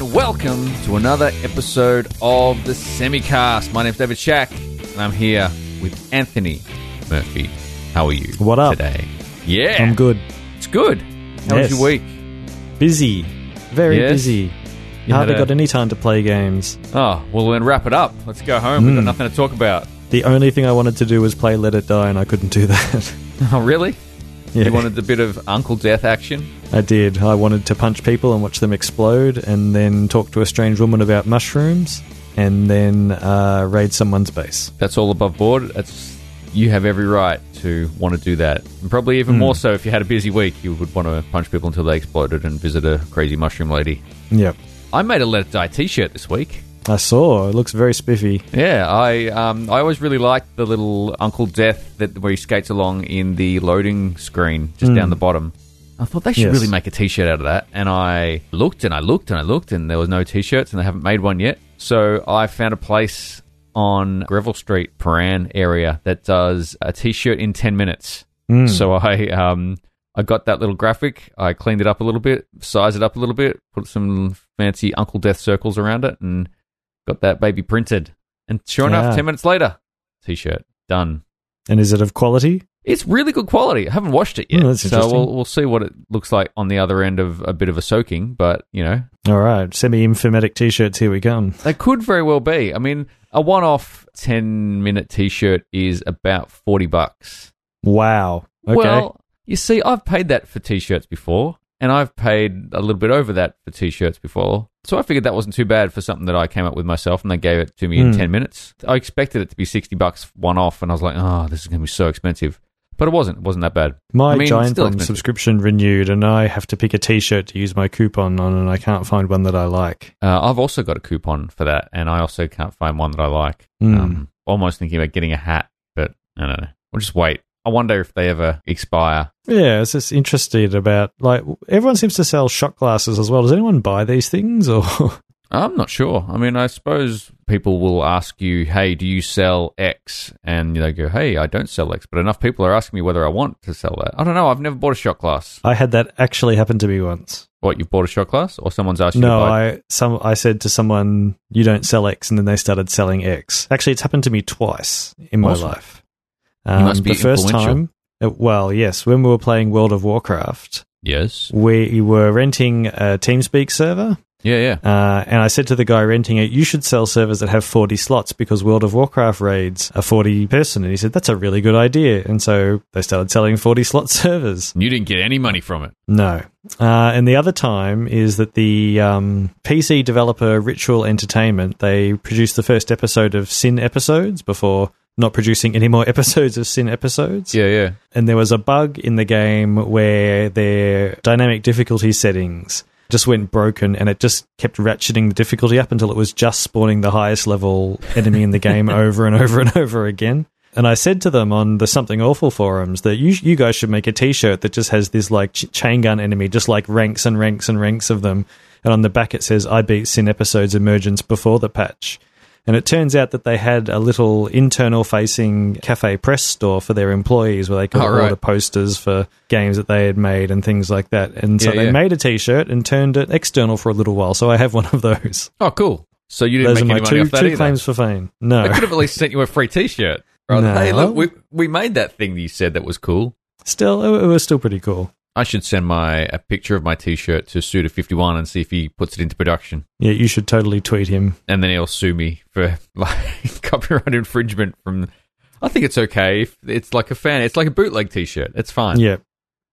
welcome to another episode of the Semicast. My name's David Shack, and I'm here with Anthony Murphy. How are you? What up? today? Yeah, I'm good. It's good. How was Yes. your week? Busy. Very Yes. busy. You Hardly had a- got any time to play games. Oh, well, then wrap it up. Let's go home. We've Hmm. got nothing to talk about. The only thing I wanted to do was play Let It Die, and I couldn't do that. Oh, really? yeah, You wanted a bit of Uncle Death action? I did. I wanted to punch people and watch them explode, and then talk to a strange woman about mushrooms, and then uh, raid someone's base. That's all above board. That's you have every right to want to do that, and probably Hmm. even more so if you had a busy week. You would want to punch people until they exploded and visit a crazy mushroom lady. Yep. I made a Let It Die T-shirt this week. I saw. It looks very spiffy. Yeah, I um, I always really liked the little Uncle Death that where he skates along in the loading screen just down the bottom. I thought they should Yes. really make a T-shirt out of that, and I looked and I looked and I looked, and there was no T-shirts, and they haven't made one yet. So I found a place on Greville Street, Paran area that does a T-shirt in ten minutes. Hmm. So I um I got that little graphic, I cleaned it up a little bit, sized it up a little bit, put some fancy Uncle Death circles around it, and got that baby printed. And sure enough, Yeah. ten minutes later, t-shirt done. And is it of quality? It's really good quality. I haven't washed it yet, Hmm, that's so interesting. we'll we'll see what it looks like on the other end of a bit of a soaking. But you know, All right. Semi-infomatic t-shirts. Here we come. they could very well be. I mean, a one-off ten-minute t-shirt is about forty bucks. Wow. Okay. Well, you see, I've paid that for t-shirts before, and I've paid a little bit over that for t-shirts before. So I figured that wasn't too bad for something that I came up with myself, and they gave it to me in Hmm. ten minutes. I expected it to be sixty bucks one off, and I was like, "Oh, this is going to be so expensive," but it wasn't. It wasn't that bad. My I mean, Giant still Bomb expensive. subscription renewed, and I have to pick a T-shirt to use my coupon on, and I can't find one that I like. Uh, I've also got a coupon for that, and I also can't find one that I like. Hmm. Um, almost thinking about getting a hat, but I don't know. We'll just wait. I wonder if they ever expire. Yeah, it's just interested about like everyone seems to sell shot glasses as well. Does anyone buy these things or I'm not sure. I mean, I suppose people will ask you, hey, do you sell X? And they go, hey, I don't sell X. But enough people are asking me whether I want to sell that. I don't know. I've never bought a shot glass. I had that actually happen to me once. What, you've bought a shot glass? Or someone's asked you No, to buy I some I said to someone, "You don't sell X," and then they started selling X. Actually, it's happened to me twice in my Awesome. life. Um, must be the first influential. time. uh, Well, yes, when we were playing World of Warcraft, Yes. we were renting a TeamSpeak server, Yeah, yeah. Uh, and I said to the guy renting it, you should sell servers that have 40 slots because World of Warcraft raids are 40 person. And he said, that's a really good idea. And so they started selling 40 slot servers. You didn't get any money from it. No. Uh, and the other time is that the um, PC developer Ritual Entertainment, they produced the first episode of Sin episodes before not producing any more episodes of Sin episodes Yeah, yeah. and there was a bug in the game where their dynamic difficulty settings just went broken and it just kept ratcheting the difficulty up until it was just spawning the highest level enemy in the game over and over and over again. And I said to them on the Something Awful forums that you, you guys should make a t shirt that just has this like ch- chain gun enemy, just like ranks and ranks and ranks of them. And on the back it says, I beat Sin Episodes Emergence before the patch. And it turns out that they had a little internal facing cafe press store for their employees where they could Oh, right. order posters for games that they had made and things like that. And so Yeah, they yeah. made a t shirt and turned it external for a little while. So I have one of those. Oh, cool. So you didn't Those are make my any money two, off that two either. claims for fame. No. I could have at least sent you a free T-shirt. Rather than, No. Hey, look, we we made that thing that you said that was cool. Still, it was still pretty cool. I should send my a picture of my T-shirt to Suda Fifty One and see if he puts it into production, Yeah, you should totally tweet him. and then he'll sue me for like copyright infringement. From I think it's okay if it's like a fan, it's like a bootleg T-shirt. It's fine. Yeah.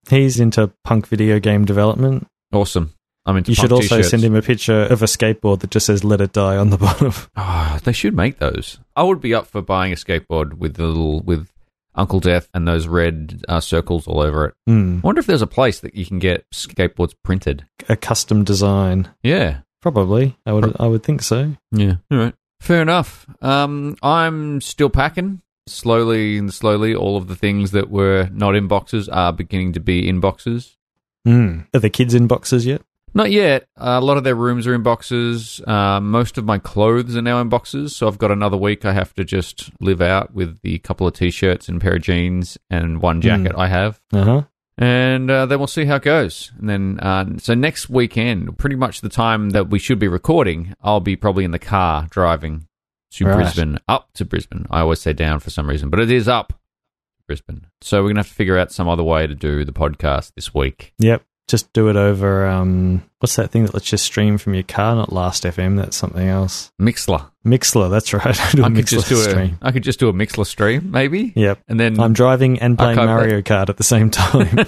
He's into punk video game development. awesome. I'm into. You should punk also t-shirts. send him a picture of a skateboard that just says "Let It Die" on the bottom. Oh, they should make those. I would be up for buying a skateboard with the little with Uncle Death and those red uh, circles all over it. Hmm. I wonder if there's a place that you can get skateboards printed. A custom design, Yeah. probably. I would. I would think so. Yeah. All right. Fair enough. Um, I'm still packing. Slowly and slowly, all of the things that were not inboxes are beginning to be inboxes. Hmm. Mm. Are the kids in boxes yet? Not yet. Uh, a lot of their rooms are in boxes. Uh, most of my clothes are now in boxes. So I've got another week I have to just live out with the couple of t shirts and pair of jeans and one jacket I have. Uh huh. and uh, then we'll see how it goes. And then, uh, so next weekend, pretty much the time that we should be recording, I'll be probably in the car driving to Right. Brisbane, up to Brisbane. I always say down for some reason, but it is up Brisbane. So we're going to have to figure out some other way to do the podcast this week. Yep. Just do it over. Um, what's that thing that lets you stream from your car? Not Last FM. That's something else. Mixler. Mixler. That's right. I do a I could Mixler just do stream. a I could just do a Mixler stream maybe. Yep. And then I'm driving and playing Archive that. Mario Kart at the same time.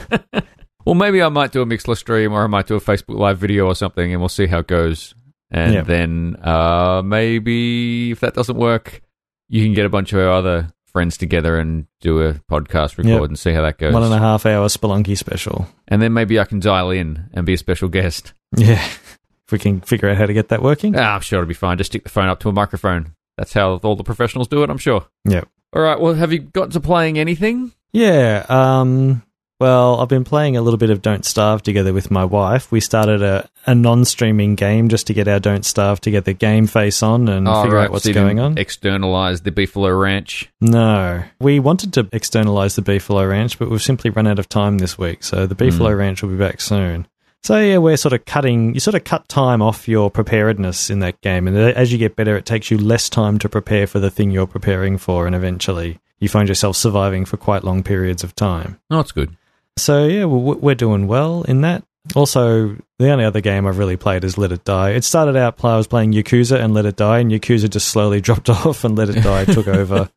well maybe I might do a Mixler stream or I might do a Facebook live video or something and we'll see how it goes. And Yeah. then uh maybe if that doesn't work, you can get a bunch of our other friends together and do a podcast record Yep. and see how that goes. One and a half hour Spelunky special. and then maybe I can dial in and be a special guest. Yeah. If we can figure out how to get that working. Ah, I'm sure it'll be fine. Just stick the phone up to a microphone. That's how all the professionals do it, I'm sure. Yep. All right. Well, have you got to playing anything? Yeah. Um, well, I've been playing a little bit of Don't Starve together with my wife. We started a, a non streaming game just to get our Don't Starve together game face on and All figure Ah, right, out what's so you going didn't on. Externalize the Beefalo Ranch. No. We wanted to externalize the Beefalo Ranch, but we've simply run out of time this week. So the Beefalo Ranch will be back soon. So yeah, we're sort of cutting you sort of cut time off your preparedness in that game and as you get better it takes you less time to prepare for the thing you're preparing for and eventually you find yourself surviving for quite long periods of time. Oh, it's good. So yeah, we're, we're doing well in that. Also, the only other game I've really played is Let It Die. It started out pl- I was playing Yakuza and Let It Die, and Yakuza just slowly dropped off, and Let It Die took over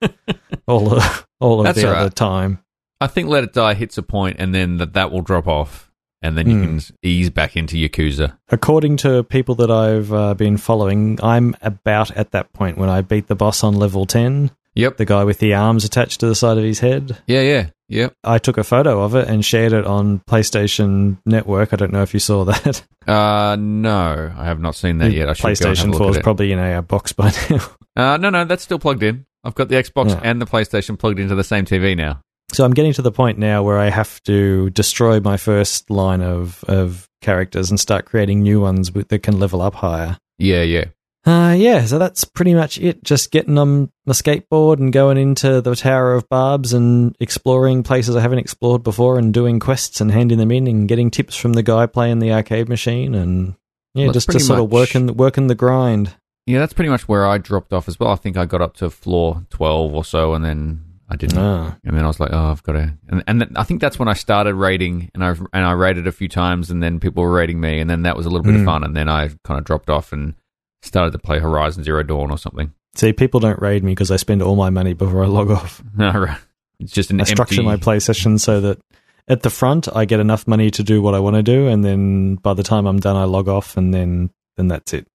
all of, all of That's the all right. other time. I think Let It Die hits a point, and then that that will drop off, and then you Hmm. can s- ease back into Yakuza. According to people that I've uh, been following, I'm about at that point when I beat the boss on level ten, Yep. the guy with the arms attached to the side of his head. Yeah. Yeah. Yep. I took a photo of it and shared it on PlayStation Network. I don't know if you saw that. Uh, no, I have not seen that yet. I should go and have a PlayStation look 4 is at it. probably in our box by now. uh, no, no, that's still plugged in. I've got the Xbox Yeah. and the PlayStation plugged into the same TV now. So I'm getting to the point now where I have to destroy my first line of, of characters and start creating new ones with, that can level up higher. Yeah. Yeah. Uh, yeah, so that's pretty much it. Just getting on my skateboard and going into the Tower of Barbs and exploring places I haven't explored before and doing quests and handing them in and getting tips from the guy playing the arcade machine and yeah, That's just to pretty sort of much- working working the grind. Yeah, that's pretty much where I dropped off as well. I think I got up to floor twelve or so, and then I didn't. Ah. And then I was like, "Oh, I've got to." And, and then I think that's when I started rating, and I and I rated a few times, and then people were rating me, and then that was a little bit of Mm. fun, and then I kind of dropped off and started to play Horizon Zero Dawn or something. See, people don't raid me because I spend all my money before I log off. No, right. It's just an I empty. structure my play session so that at the front I get enough money to do what I want to do, and then by the time I'm done, I log off, and then then that's it.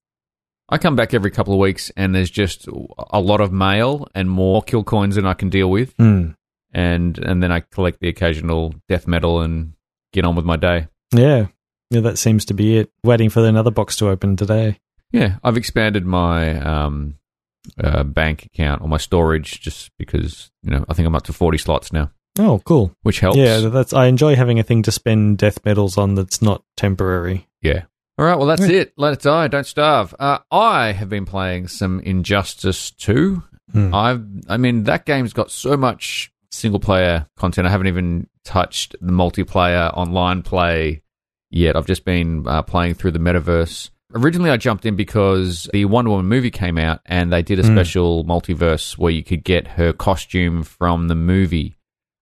I come back every couple of weeks, and there's just a lot of mail and more kill coins than I can deal with, Mm. and and then I collect the occasional death medal and get on with my day. Yeah, yeah, that seems to be it. Waiting for another box to open today. Yeah, I've expanded my um, uh, bank account or my storage just because you know I think I'm up to forty slots now, Oh, cool. which helps. Yeah, that's. I enjoy having a thing to spend death medals on that's not temporary. Yeah. All right. Well, that's it. Let it die. Don't starve. Uh, I have been playing some Injustice Two. Hmm. I've. I mean, that game's got so much single player content. I haven't even touched the multiplayer online play yet. I've just been uh, playing through the metaverse. Originally, I jumped in because the Wonder Woman movie came out, and they did a Mm. special multiverse where you could get her costume from the movie.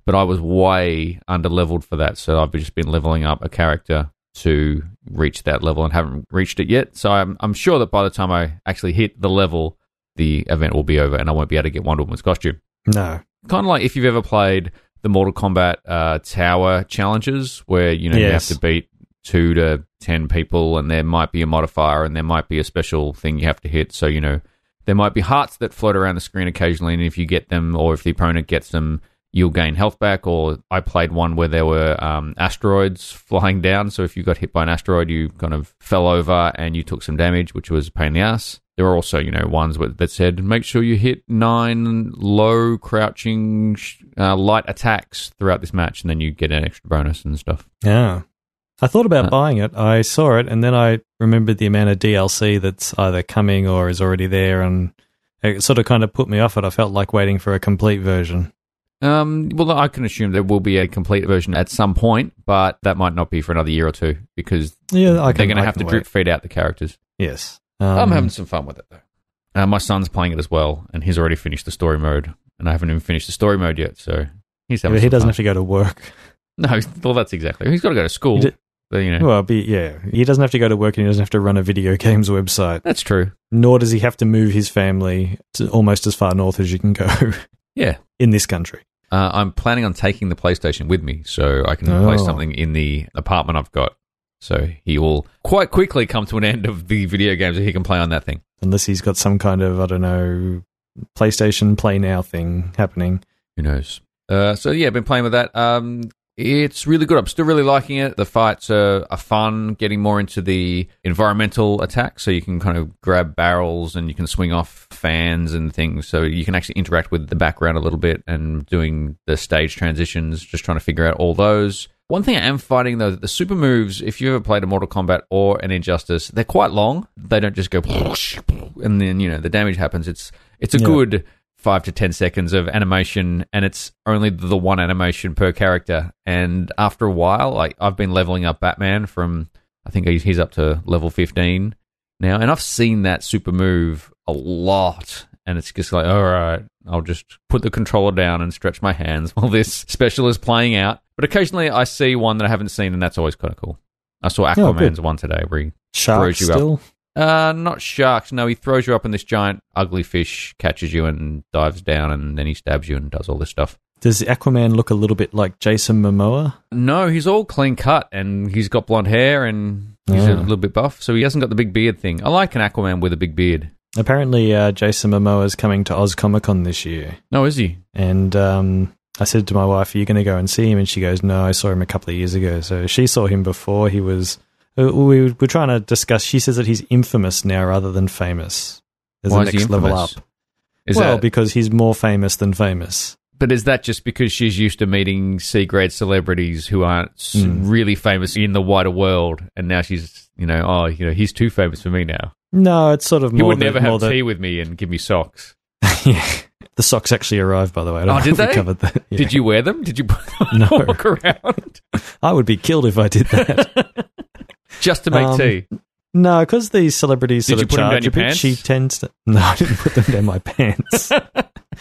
But I was way under leveled for that, so I've just been leveling up a character to reach that level and haven't reached it yet. So I'm, I'm sure that by the time I actually hit the level, the event will be over, and I won't be able to get Wonder Woman's costume No. kind of like if you've ever played the Mortal Kombat uh, Tower challenges, where you know Yes. you have to beat two to ten people, and there might be a modifier, and there might be a special thing you have to hit. So you know there might be hearts that float around the screen occasionally, and if you get them, or if the opponent gets them, you'll gain health back. Or I played one where there were um, asteroids flying down, so if you got hit by an asteroid, you kind of fell over and you took some damage, which was a pain in the ass. There were also, you know, ones with, that said, make sure you hit nine low crouching sh- uh, light attacks throughout this match, and then you get an extra bonus and stuff. Yeah. I thought about Uh. buying it. I saw it, and then I remembered the amount of DLC that's either coming or is already there, and it sort of kind of put me off it. I felt like waiting for a complete version. Um, well, I can assume there will be a complete version at some point, but that might not be for another year or two because Yeah, I they're can, going to I have to can drip wait. feed out the characters. Yes. Um, I'm having some fun with it though. Uh, my son's playing it as well, and he's already finished the story mode, and I haven't even finished the story mode yet. So he's having. but he some doesn't fun. have to go to work. No, he's- well, that's exactly. He's got to go to school. He did- but, you know, Well, be, yeah, he doesn't have to go to work, and he doesn't have to run a video games website. that's true. Nor does he have to move his family to almost as far north as you can go Yeah, in this country. uh, I'm planning on taking the PlayStation with me, so I can Oh. play something in the apartment I've got. So he will quite quickly come to an end of the video games that he can play on that thing. Unless he's got some kind of I don't know PlayStation Play Now thing happening. Who knows? Uh, so yeah, been playing with that. Um, it's really good. I'm still really liking it. The fights are, are fun. Getting more into the environmental attack, so you can kind of grab barrels and you can swing off fans and things. So you can actually interact with the background a little bit and doing the stage transitions. Just trying to figure out all those. One thing I am finding though that the super moves, if you ever played a Mortal Kombat or an Injustice, they're quite long. They don't just go and then you know the damage happens. It's it's a Yeah. good five to ten seconds of animation, and it's only the one animation per character. And after a while, like I've been leveling up Batman from I think he's- he's up to level fifteen now, and I've seen that super move a lot. And it's just like, all right, I'll just put the controller down and stretch my hands while this special is playing out. But occasionally I see one that I haven't seen, and that's always kind of cool. I saw good. Aquaman's one today where he Shark Throws you up. still. uh, not sharks. No, he throws you up, and this giant ugly fish catches you and dives down, and then he stabs you and does all this stuff. Does Aquaman look a little bit like Jason Momoa? No, he's all clean cut, and he's got blonde hair, and he's a Yeah. little bit buff, so he hasn't got the big beard thing. I like an Aquaman with a big beard. Apparently, uh, Jason Momoa is coming to Oz Comic Con this year, No, is he? and um, I said to my wife, "Are you going to go and see him?" And she goes, "No, I saw him a couple of years ago." So she saw him before he was. uh, We were trying to discuss. She says that he's infamous now rather than famous. There's Why a is he next level up. infamous? Is well, that, because he's more famous than famous. but is that just because she's used to meeting C grade celebrities who aren't s Mm. really famous in the wider world, and now she's, you know, oh, you know, he's too famous for me now. No, it's sort of He more. would the- never more have the- tea with me and give me socks. yeah. The socks actually arrived, by the way. I don't Oh, know did if we they? covered that. Yeah. Did you wear them? Did you No. walk around I would be killed if I did that. just to make Um, tea? no, because these celebrities Did sort you of put 'em down charge your a bit. pants? She tends to. No, I didn't put them down my pants.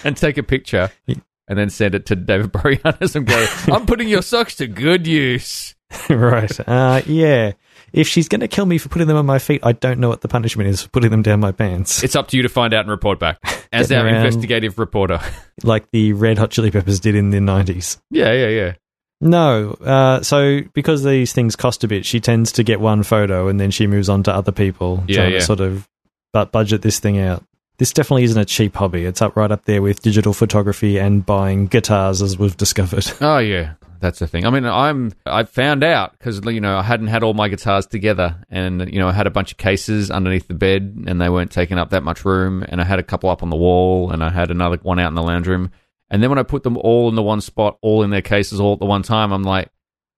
and take a picture and then send it to David Boreanaz and go, I'm putting your socks to good use. right. Uh, yeah. If she's going to kill me for putting them on my feet, I don't know what the punishment is for putting them down my pants. It's up to you to find out and report back as Getting our around. investigative reporter. Like the Red Hot Chili Peppers did in the 90s. yeah, yeah, yeah. No. Uh, so because these things cost a bit, she tends to get one photo and then she moves on to other people. Yeah, trying yeah. To sort of but budget this thing out. This definitely isn't a cheap hobby. It's up right up there with digital photography and buying guitars, as we've discovered. Oh, yeah. That's the thing. I mean, I'm I found out because you know I hadn't had all my guitars together, and you know I had a bunch of cases underneath the bed, and they weren't taking up that much room, and I had a couple up on the wall, and I had another one out in the lounge room, and then when I put them all in the one spot, all in their cases, all at the one time, I'm like,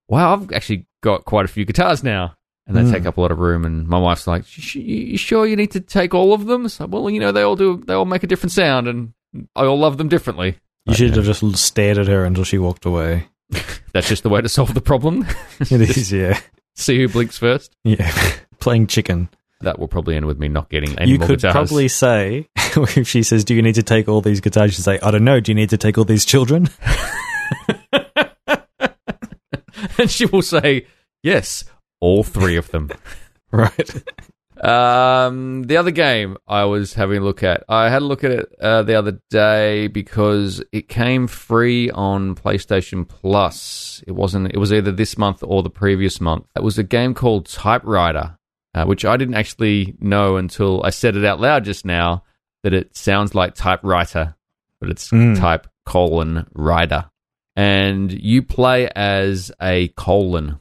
wow, I've actually got quite a few guitars now. And they Hmm. take up a lot of room. And my wife's like, "Sh- you sure you need to take all of them? So, well, you know, they all do, they all make a different sound and I all love them differently. You should have just stared at her until she walked away. That's just the way to solve the problem. It is, yeah, See who blinks first. yeah. Playing chicken. That will probably end with me not getting any you more could guitars. probably say if she says, "Do you need to take all these guitars?" You say, "I don't know. Do you need to take all these children?" and she will say, yes, all three of them. Right. Um, the other game I was having a look at, I had a look at it uh, the other day because it came free on PlayStation Plus. It wasn't. It was either this month or the previous month. It was a game called Typewriter, uh, which I didn't actually know until I said it out loud just now that it sounds like typewriter, but it's Mm. type colon rider, and you play as a colon.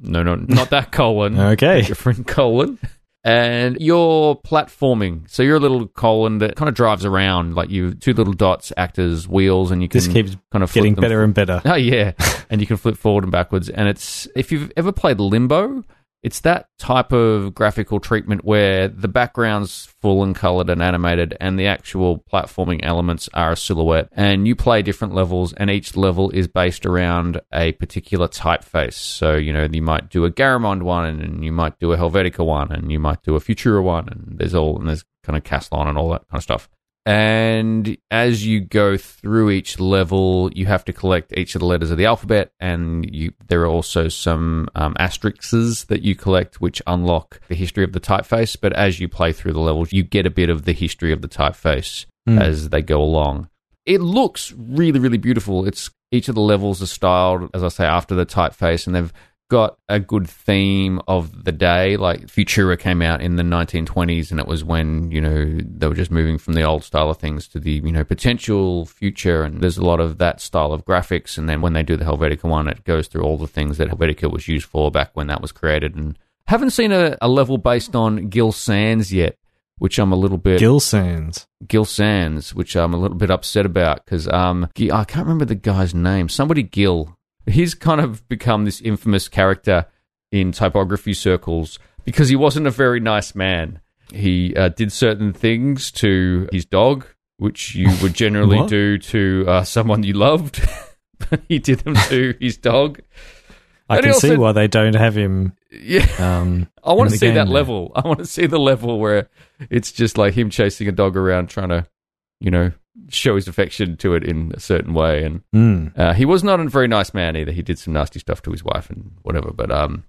No, no, not that colon Okay. different colon. And you're platforming. So you're a little colon that kind of drives around. Like you, two little dots act as wheels and you can This keeps kind of flip Getting them. better and better. Oh, yeah. and you can flip forward and backwards. And it's, if you've ever played Limbo, It's that type of graphical treatment where the background's full and colored and animated, and the actual platforming elements are a silhouette. And you play different levels, and each level is based around a particular typeface. So, you know, you might do a Garamond one, and you might do a Helvetica one, and you might do a Futura one, and there's all, and there's kind of Castellon and all that kind of stuff. And as you go through each level, you have to collect each of the letters of the alphabet, and you, there are also some um, asterisks that you collect, which unlock the history of the typeface. But as you play through the levels, you get a bit of the history of the typeface Mm. as they go along. It looks really, really beautiful. It's each of the levels are styled, as I say, after the typeface, and they've got a good theme of the day. Like Futura came out in the 1920s, and it was when you know they were just moving from the old style of things to the you know potential future. And there's a lot of that style of graphics. And then when they do the Helvetica one, it goes through all the things that Helvetica was used for back when that was created. And haven't seen a, a level based on Gil Sands yet, which I'm a little bit Gill Sands. Gil Sands, which I'm a little bit upset about because um, G- I can't remember the guy's name. Somebody Gil. He's kind of become this infamous character in typography circles because he wasn't a very nice man. He uh, did certain things to his dog, which you would generally What? do to uh, someone you loved. But he did them to his dog. I And can he see also- why they don't have him. Yeah. Um, I want in to the see game that there. level. I want to see the level where it's just like him chasing a dog around, trying to, you know, show his affection to it in a certain way. And Mm. uh, he was not a very nice man either. He did some nasty stuff to his wife and whatever. But um,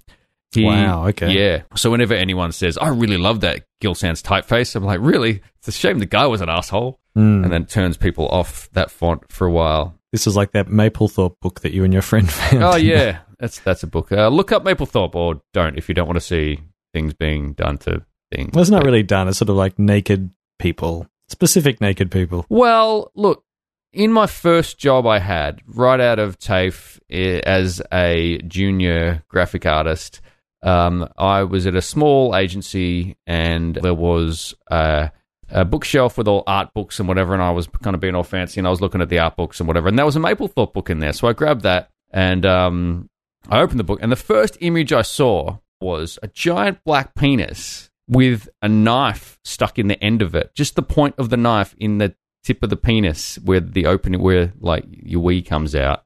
he, Wow, okay. yeah. So whenever anyone says, "I really love that Gil Sans typeface," I'm like, "Really? It's a shame the guy was an asshole." Mm. And then turns people off that font for a while. This is like that Maplethorpe book that you and your friend found. Oh yeah, that's that's a book. Uh, look up Maplethorpe or don't if you don't want to see things being done to things. Well, it's But- not really done. It's sort of like naked people, specific naked people. Well, look, in my first job I had right out of TAFE eh, as a junior graphic artist, um, I was at a small agency and there was uh, a, a bookshelf with all art books and whatever, and I was kind of being all fancy and I was looking at the art books and whatever, and there was a Maplethorpe book in there, so I grabbed that and um, I opened the book, and the first image I saw was a giant black penis with a knife stuck in the end of it. Just the point of the knife in the tip of the penis where the opening, where like your wee comes out.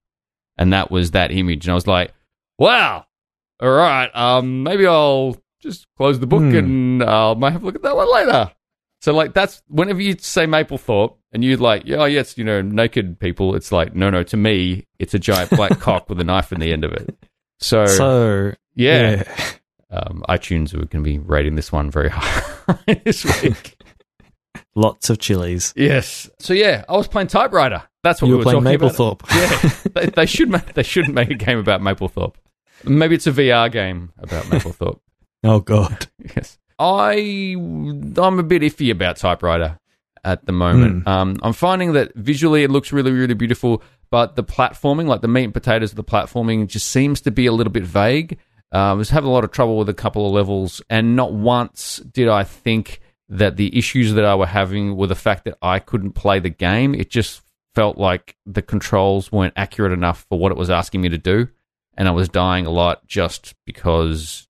And that was that image. And I was like, wow, all right, um, maybe I'll just close the book Hmm. and uh, I might have a look at that one later. So, like, that's whenever you say Maplethorpe and you're like, yeah, oh, yes, you know, naked people, it's like, no, no, to me, it's a giant black cock with a knife in the end of it. So, So Oh. yeah. yeah, Um, iTunes are going to be rating this one very high this week. lots of chilies. yes. So yeah, I was playing typewriter. That's what You we were were playing talking about. Maplethorpe. Yeah, they, they should make, they should make a game about Maplethorpe. Maybe it's a VR game about Maplethorpe. Oh god. yes, I I'm a bit iffy about typewriter at the moment. Um, I'm finding that visually it looks really really beautiful, but the platforming, like the meat and potatoes of the platforming, just seems to be a little bit vague. Uh, I was having a lot of trouble with a couple of levels, and not once did I think that the issues that I were having were the fact that I couldn't play the game. It just felt like the controls weren't accurate enough for what it was asking me to do, and I was dying a lot just because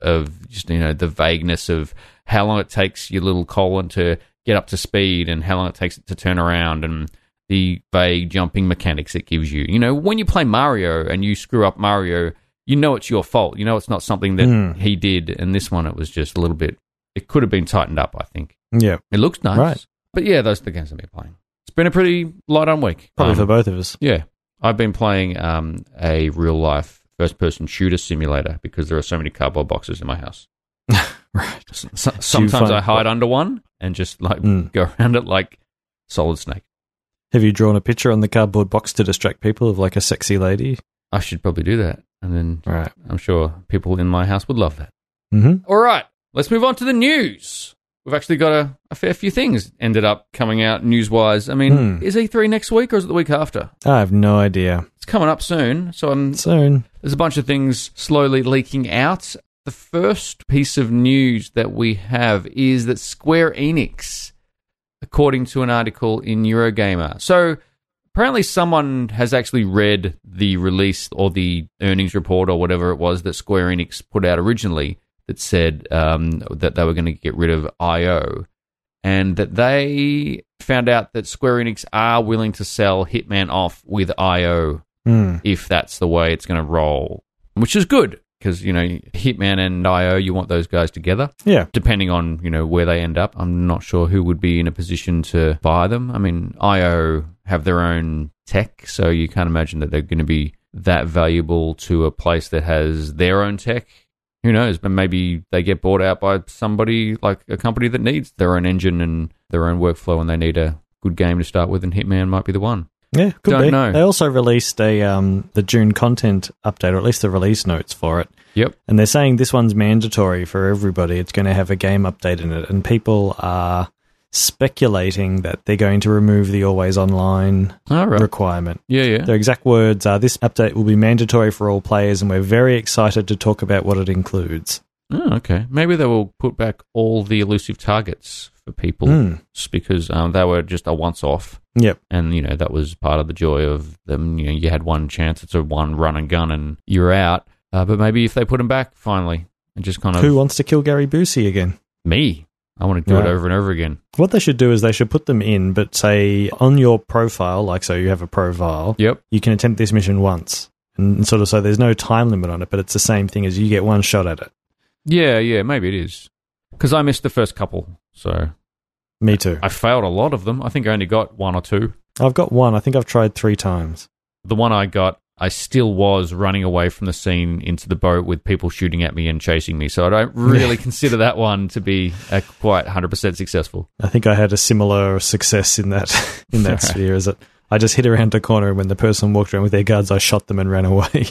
of just you know the vagueness of how long it takes your little colon to get up to speed and how long it takes it to turn around and the vague jumping mechanics it gives you. You know, when you play Mario and you screw up Mario, you know it's your fault. You know it's not something that Mm. he did. And this one, it was just a little bit. It could have been tightened up. I think Yeah, it looks nice, Right. but yeah, those are the games I've been playing. It's been a pretty light on week. probably Um, for both of us. yeah, I've been playing um, a real life first person shooter simulator because there are so many cardboard boxes in my house. Right. S- s- sometimes find- I hide under one and just like Mm. go around it like Solid Snake. Have you drawn a picture on the cardboard box to distract people of like a sexy lady? I should probably do that, and then Right. I'm sure people in my house would love that. Mm-hmm. All right, let's move on to the news. We've actually got a, a fair few things ended up coming out news wise. I mean, Hmm. is E3 next week or is it the week after? I have no idea. It's coming up soon, so I'm Soon. There's a bunch of things slowly leaking out. The first piece of news that we have is that Square Enix, according to an article in Eurogamer. So Apparently, someone has actually read the release or the earnings report or whatever it was that Square Enix put out originally that said um, that they were going to get rid of IO and that they found out that Square Enix are willing to sell Hitman off with IO Hmm. if that's the way it's going to roll, which is good because, you know, Hitman and IO, you want those guys together Yeah. depending on you know where they end up i'm not sure who would be in a position to buy them i mean io have their own tech so you can't imagine that they're going to be that valuable to a place that has their own tech who knows but maybe they get bought out by somebody like a company that needs their own engine and their own workflow and they need a good game to start with and hitman might be the one Yeah, could Don't be. know. They also released a um, the June content update, or at least the release notes for it. yep And they're saying this one's mandatory for everybody. It's going to have a game update in it, and people are speculating that they're going to remove the always online all right requirement. yeah yeah Their exact words are: "This update will be mandatory for all players, and we're very excited to talk about what it includes." oh, okay maybe they will put back all the elusive targets for people Hmm. because um, they were just a once off Yep. and you know that was part of the joy of them. You know, you had one chance; it's a one run and gun, and you're out. Uh, but maybe if they put him back finally, and just kind of Who wants to kill Gary Busey again? me, I want to do Right. it over and over again. What they should do is they should put them in, but say on your profile, like so you have a profile, Yep. you can attempt this mission once. And sort of so there's no time limit on it, but it's the same thing as you get one shot at it. Yeah, yeah, maybe it is because I missed the first couple, so Me too. I failed a lot of them. I think I only got one or two. I've got one. I think I've tried three times. The one I got, I still was running away from the scene into the boat with people shooting at me and chasing me. So I don't really consider that one to be a quite 100% successful. I think I had a similar success in that in Alright. that sphere. Is that I just hid around the corner, and when the person walked around with their guns, I shot them and ran away.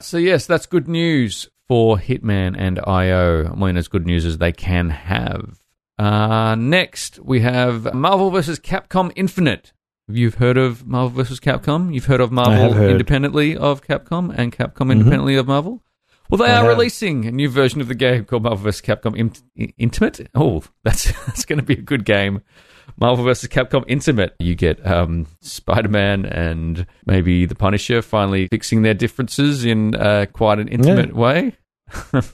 So yes, that's good news for Hitman and IO. I mean, as good news as they can have. Uh, next, we have Marvel vs. Capcom Infinite. You've heard of Marvel vs. Capcom. You've heard of Marvel have heard. Mm-hmm. independently of Capcom and Capcom independently of Marvel. Well, they I are have. releasing a new version of the game called Marvel vs. Capcom Int- I- Intimate. Oh, that's that's going to be a good game. Marvel vs. Capcom Intimate. You get um, Spider Man and maybe the Punisher finally fixing their differences in uh, quite an intimate way.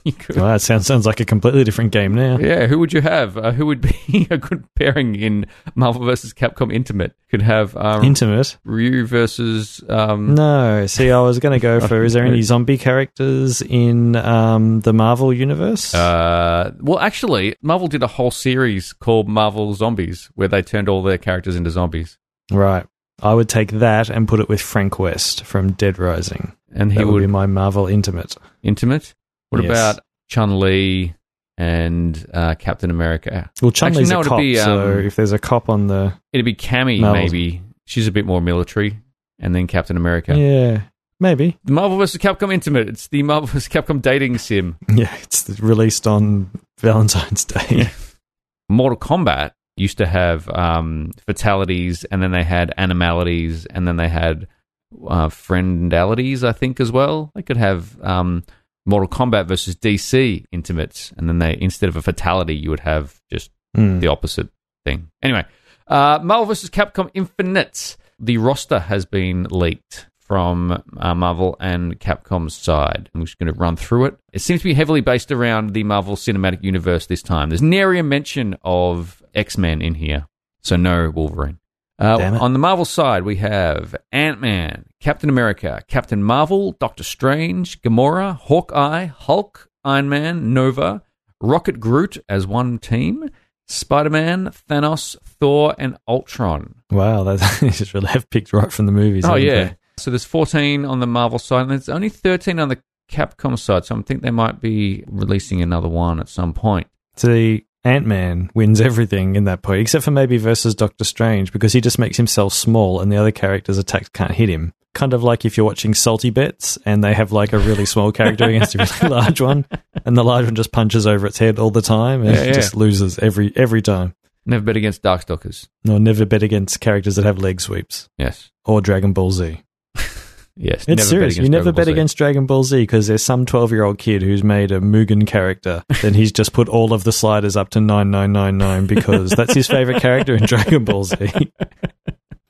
You could- well, that sounds sounds like a completely different game now. yeah, who would you have? Uh, who would be a good pairing in Marvel vs. Capcom Intimate? Could have um, Intimate. Ryu versus. Um, No, see, I was going to go for. Is there any zombie characters in um, the Marvel universe? Uh, well, actually, Marvel did a whole series called Marvel Zombies, where they turned all their characters into zombies, right, I would take that and put it with Frank West from Dead Rising. and he That would, would be my Marvel intimate. intimate. What Yes. about Chun Li and uh, Captain America? Well, Chun Li's Actually, no, a it'd cop, be, so um, if there's a cop on the It'd be Cammy, Marvel. maybe. She's a bit more military, and then Captain America. yeah, maybe The Marvel vs. Capcom Intimate. It's the Marvel vs. Capcom dating sim. yeah, it's released on Valentine's Day. Mortal Kombat used to have um, fatalities, and then they had animalities, and then they had uh, friendalities, I think, as well. They could have um, Mortal Kombat versus DC intimates, and then they instead of a fatality, you would have just Hmm. the opposite thing. Anyway, uh, Marvel vs. Capcom Infinite. The roster has been leaked from uh, Marvel and Capcom's side. I'm just going to run through it. It seems to be heavily based around the Marvel Cinematic Universe this time. There's nary a mention of X Men in here, so no Wolverine. Damn Uh, it. on the Marvel side, we have Ant Man, Captain America, Captain Marvel, Doctor Strange, Gamora, Hawkeye, Hulk, Iron Man, Nova, Rocket Groot as one team, Spider Man, Thanos, Thor, and Ultron. Wow, that they just really have picked right from the movies. Oh haven't yeah. they? So there's 14 on the Marvel side, and there's only 13 on the Capcom side. So I think they might be releasing another one at some point. See, Ant Man wins everything in that point, except for maybe versus Doctor Strange, because he just makes himself small and the other characters' attacks can't hit him. Kind of like if you're watching Salty Bets and they have like a really small character against a really large one, and the large one just punches over its head all the time and Yeah, yeah. just loses every every time. Never bet against Darkstalkers. No, never bet against characters that have leg sweeps Yes. or Dragon Ball Z. Yes. It's serious. You Dragon Ball never bet Z. against Dragon Ball Z because there's some 12 year old kid who's made a Mugen character. then he's just put all of the sliders up to 9999 because that's his favorite character in Dragon Ball Z.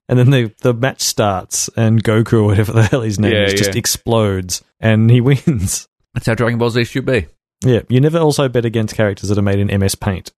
And then the, the match starts, and Goku, or whatever the hell his name Yeah, is, just yeah. explodes, and he wins. That's how Dragon Ball Z should be. Yeah, you never also bet against characters that are made in MS Paint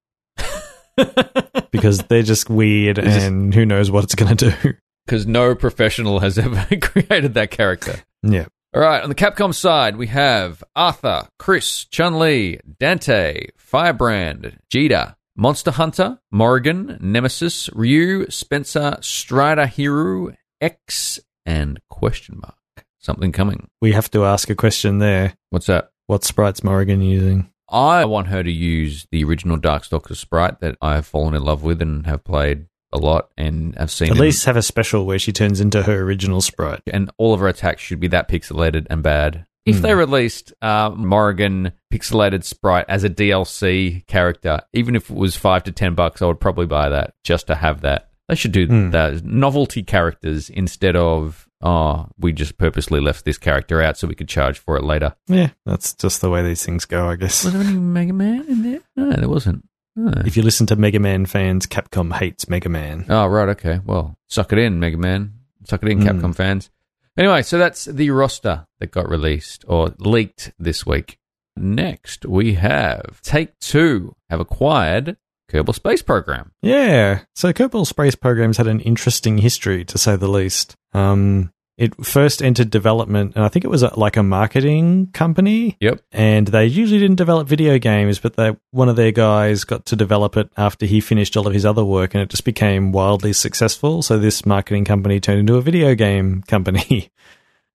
because they're just weird They're just- and who knows what it's going to do. Because no professional has ever created that character. Yeah. All right, on the Capcom side, we have Arthur, Chris, Chun Li, Dante, Firebrand, Jita, Monster Hunter, Morrigan, Nemesis, Ryu, Spencer, Strider Hero, X, and question mark. Something coming. We have to ask a question there. What's that? What sprite's Morrigan using? I want her to use the original Darkstalkers sprite that I have fallen in love with and have played a lot and have seen. At in- least have a special where she turns into her original sprite. and all of her attacks should be that pixelated and bad. If Hmm. they released uh, Morrigan pixelated sprite as a DLC character, even if it was five to ten bucks, I would probably buy that just to have that. They should do Hmm. that novelty characters instead of oh, we just purposely left this character out so we could charge for it later. Yeah, that's just the way these things go, I guess. Was there any Mega Man in there? No, there wasn't. Oh. If you listen to Mega Man fans, Capcom hates Mega Man. Oh, right. Okay. Well, suck it in, Mega Man. Suck it in, Mm. Capcom fans. Anyway, so that's the roster that got released or leaked this week. Next, we have Take Two have acquired Kerbal Space Program. Yeah. So Kerbal Space Programs had an interesting history, to say the least. Um, it first entered development, and I think it was a, like a marketing company. Yep. And they usually didn't develop video games, but they, one of their guys got to develop it after he finished all of his other work, and it just became wildly successful. So this marketing company turned into a video game company.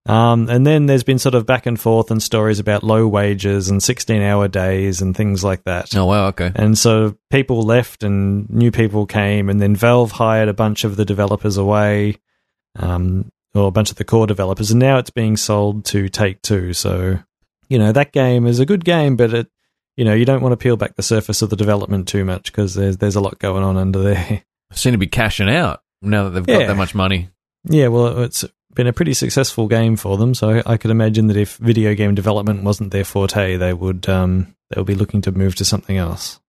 Um, and then there's been sort of back and forth and stories about low wages and 16 hour days and things like that. Oh, wow. Okay. And so people left and new people came, and then Valve hired a bunch of the developers away, um, or a bunch of the core developers, and now it's being sold to Take Two. So, you know, that game is a good game, but it, you know, you don't want to peel back the surface of the development too much because there's there's a lot going on under there. They seem to be cashing out now that they've got Yeah. that much money. yeah, well, it's been a pretty successful game for them, so I could imagine that if video game development wasn't their forte, they would um, they would be looking to move to something else.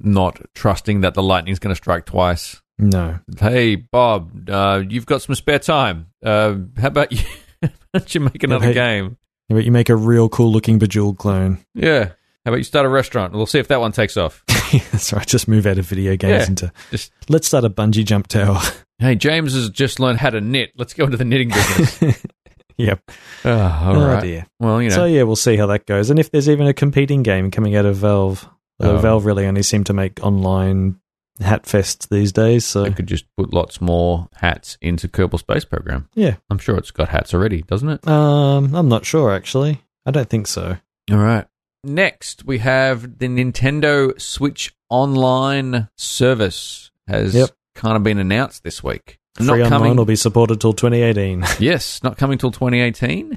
Not trusting that the lightning's going to strike twice. No. Hey, Bob, uh, you've got some spare time. Uh, how about you? How about you make another hey. game? But you make a real cool looking Bejeweled clone. Yeah. How about you start a restaurant? We'll see if that one takes off. That's right. Just move out of video games Yeah, into. just- let's start a bungee jump tower. Hey, James has just learned how to knit. Let's go into the knitting business. yep. oh, all Oh, right. dear. Well, you know, So yeah, we'll see how that goes, and if there's even a competing game coming out of Valve. Though Um, Valve really only seem to make online hat fests these days. I So could just put lots more hats into Kerbal Space Program. Yeah. I'm sure it's got hats already, doesn't it? um, I'm not sure actually. I don't think so. All right. Next, we have the Nintendo Switch Online service has Yep. kind of been announced this week. Free not online coming. will be supported till 2018. yes, not coming till 2018.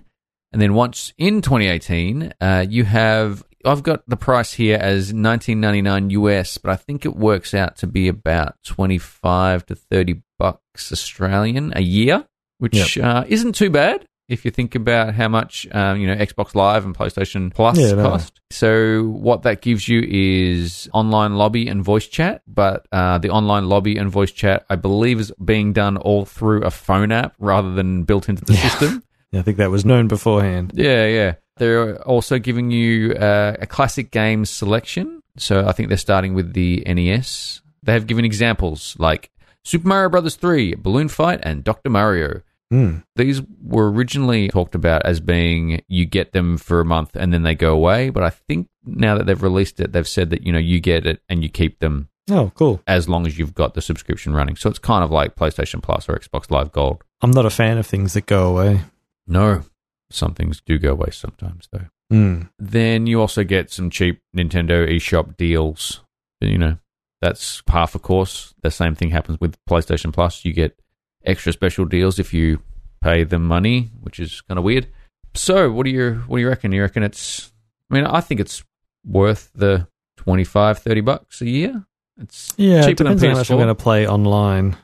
And then once in 2018, uh, you have I've got the price here as 19.99 US, but I think it works out to be about 25 to 30 bucks Australian a year, which uh, isn't too bad if you think about how much um, you know Xbox Live and PlayStation Plus Yeah, no. cost. So what that gives you is online lobby and voice chat, but uh, the online lobby and voice chat, I believe, is being done all through a phone app rather than built into the Yeah. system. I think that was known beforehand. Yeah, yeah. They're also giving you uh, a classic game selection. So I think they're starting with the NES. They have given examples like Super Mario Brothers 3, Balloon Fight, and Dr. Mario. Hmm. These were originally talked about as being you get them for a month and then they go away, but I think now that they've released it, they've said that you know you get it and you keep them Oh, cool. as long as you've got the subscription running. So it's kind of like PlayStation Plus or Xbox Live Gold. I'm not a fan of things that go away. No, some things do go away sometimes though. Hmm. Then you also get some cheap Nintendo eShop deals. You know, that's half a course. The same thing happens with PlayStation Plus. You get extra special deals if you pay them money, which is kind of weird. So, what do you what do you reckon? You reckon it's? I mean, I think it's worth the 25, 30 bucks a year. It's Yeah, it cheaper than depends on how much I'm PS4. going to play online.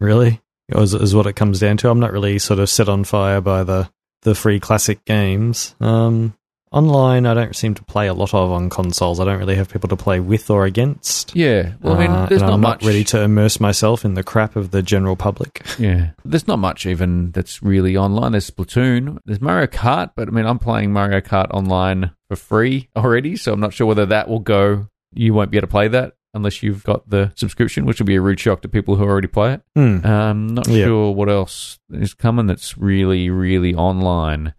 really, is, is what it comes down to. I'm not really sort of set on fire by the the free classic games. Um, Online, I don't seem to play a lot of on consoles. I don't really have people to play with or against. Yeah. Well, I mean, Uh, there's and not I'm much. not ready to immerse myself in the crap of the general public. Yeah. There's not much even that's really online. There's Splatoon. There's Mario Kart, but I mean, I'm playing Mario Kart online for free already, so I'm not sure whether that will go. You won't be able to play that unless you've got the subscription, which will be a rude shock to people who already play it. Hmm. Um, not Yeah. sure what else is coming that's really, really online.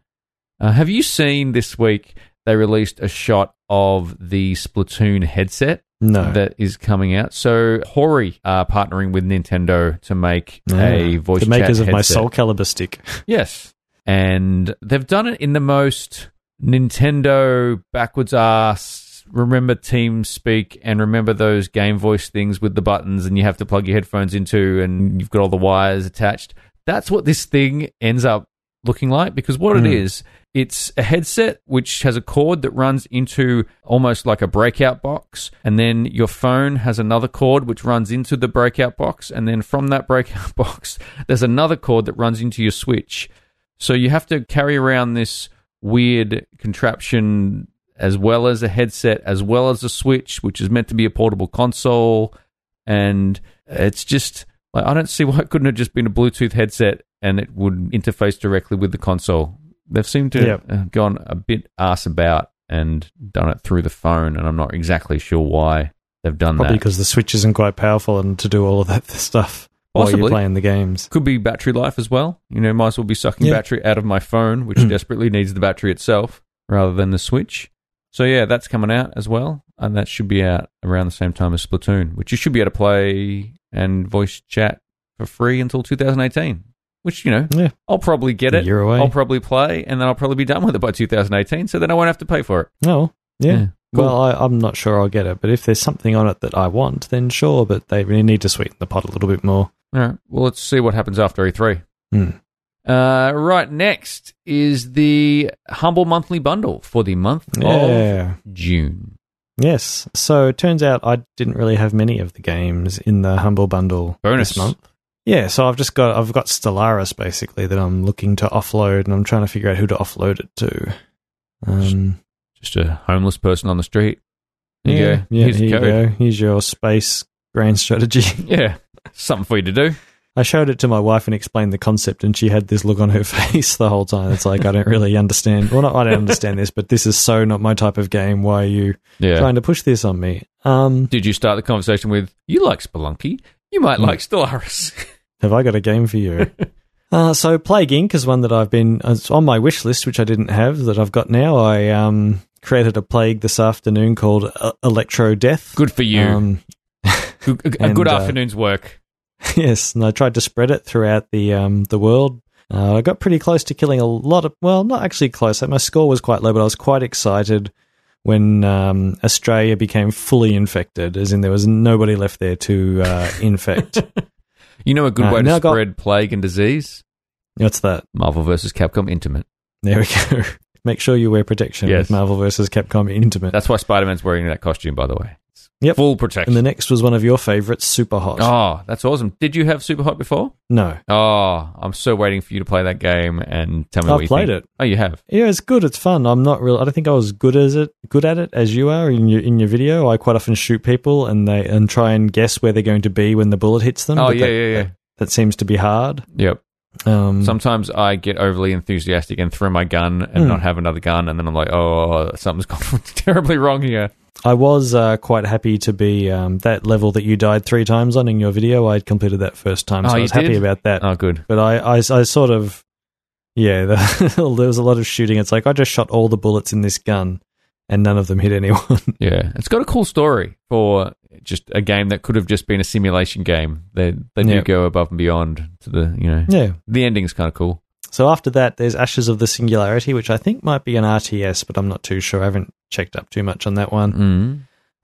Uh, have you seen this week they released a shot of the Splatoon headset? No. that is coming out. So Hori are partnering with Nintendo to make a Ah, voice the makers chat of my headset. Soul Calibur stick. Yes, and they've done it in the most Nintendo backwards ass. Remember Team Speak and remember those game voice things with the buttons, and you have to plug your headphones into, and you've got all the wires attached. That's what this thing ends up looking like because what it Mm. is, it's a headset which has a cord that runs into almost like a breakout box, and then your phone has another cord which runs into the breakout box, and then from that breakout box, there's another cord that runs into your switch. So you have to carry around this weird contraption as well as a headset, as well as a switch, which is meant to be a portable console. And it's just like I don't see why it couldn't have just been a Bluetooth headset and it would interface directly with the console. They've seemed to Yep. have gone a bit arse about and done it through the phone, and I'm not exactly sure why they've done Probably that. because the Switch isn't quite powerful and to do all of that stuff while Possibly. you're playing the games. Could be battery life as well. You know, might as well be sucking Yeah. Mm. battery out of my phone, which desperately needs the battery itself rather than the Switch. So, yeah, that's coming out as well. And that should be out around the same time as Splatoon, which you should be able to play and voice chat for free until 2018, which, you know, Yeah. I'll probably get A it. year away. I'll probably play and then I'll probably be done with it by 2018. So then I won't have to pay for it. Oh, yeah. Cool. Well, I, I'm not sure I'll get it, but if there's something on it that I want, then sure, but they really need to sweeten the pot a little bit more. All right. Well, let's see what happens after E3. Hmm. Uh, right. Next is the Humble Monthly Bundle for the month Yeah. of June. Oh. Yes. So it turns out I didn't really have many of the games in the Humble Bundle Bonus. this month. Yeah, so I've just got I've got Stellaris basically that I'm looking to offload and I'm trying to figure out who to offload it to. Um, Just a homeless person on the street. There you yeah, go. yeah, Here's the here you code. go. Here's your space grand strategy. Yeah. Something for you to do. I showed it to my wife and explained the concept, and she had this look on her face the whole time. It's like I don't really understand. Well, not I don't understand this, but this is so not my type of game. Why are you Yeah. trying to push this on me? Um, Did you start the conversation with, you like Spelunky? You Hmm. might like Stellaris. have I got a game for you? uh, so Plague Inc is one that I've been uh, it's on my wish list, which I didn't have that I've got now. I um, created a plague this afternoon called uh, Electro Death. good for you. Um, Good- a and, good uh, afternoon's work. yes, and I tried to spread it throughout the um, the world. Uh, I got pretty close to killing a lot of. Well, not actually close. Like, my score was quite low, but I was quite excited when um, Australia became fully infected, as in there was nobody left there to uh, infect. You know a good uh, way now to I got- spread plague and disease? What's that? Marvel versus Capcom Intimate. There we go. Make sure you wear protection Yes. with Marvel versus Capcom Intimate. That's why Spider Man's wearing that costume, by the way. It's Yep. Full protection. and the next was one of your favorites, Super Hot. Oh, that's awesome. Did you have Super Hot before? No, Oh, I'm so waiting for you to play that game and tell me what I've you played think. it. Oh, you have? Yeah, it's good. It's fun. I'm not real. I don't think I was good as it good at it as you are in your in your video. I quite often shoot people and they and try and guess where they're going to be when the bullet hits them. Oh, but yeah, that, yeah, yeah. That, that seems to be hard. Yep. Um, Sometimes I get overly enthusiastic and throw my gun and Hmm. not have another gun, and then I'm like, oh, something's gone terribly wrong here. I was uh, quite happy to be um, that level that you died three times on in your video. I had completed that first time, Oh, so I you was happy did? about that. Oh, good. But I, I, I sort of, yeah, the, there was a lot of shooting. It's like I just shot all the bullets in this gun, and none of them hit anyone. Yeah. It's got a cool story for just a game that could have just been a simulation game. They, they do Yep. go above and beyond to the, you know, yeah, the ending's kind of cool. So after that, there's Ashes of the Singularity, which I think might be an RTS, but I'm not too sure. I haven't checked up too much on that one. Mm.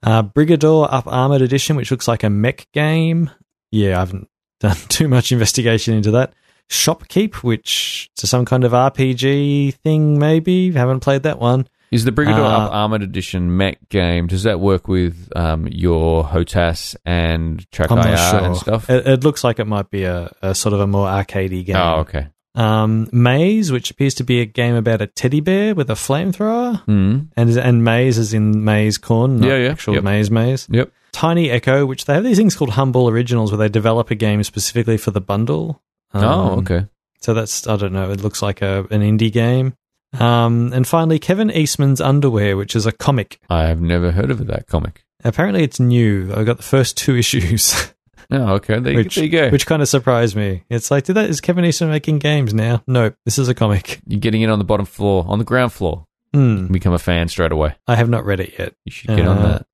Uh, Brigador Up Armored Edition, which looks like a mech game. Yeah, I haven't done too much investigation into that. Shopkeep, which is some kind of RPG thing, maybe. Haven't played that one. Is the Brigador Uh, Up Armored Edition mech game, does that work with um, your HOTAS and Track I'm IR not sure. and stuff? It, it looks like it might be a, a sort of a more arcadey game. Oh, okay. Um, Maze, which appears to be a game about a teddy bear with a flamethrower, Mm. and and Maze is in Maze Corn, not Yeah, yeah, actual yep. Maze Maze. Yep. Tiny Echo, which they have these things called Humble Originals, where they develop a game specifically for the bundle. oh, Um, okay. So that's I don't know. It looks like a an indie game. Um, and finally, Kevin Eastman's Underwear, which is a comic. I have never heard of that comic. Apparently, it's new. I got the first two issues, Oh, okay. There, you- which there you go. which kind of surprised me. It's like, did that is Kevin Eastman making games now? Nope, this is a comic. You're getting in on the bottom floor, on the ground floor. Hmm. You become a fan straight away. I have not read it yet. You should get on Uh, that.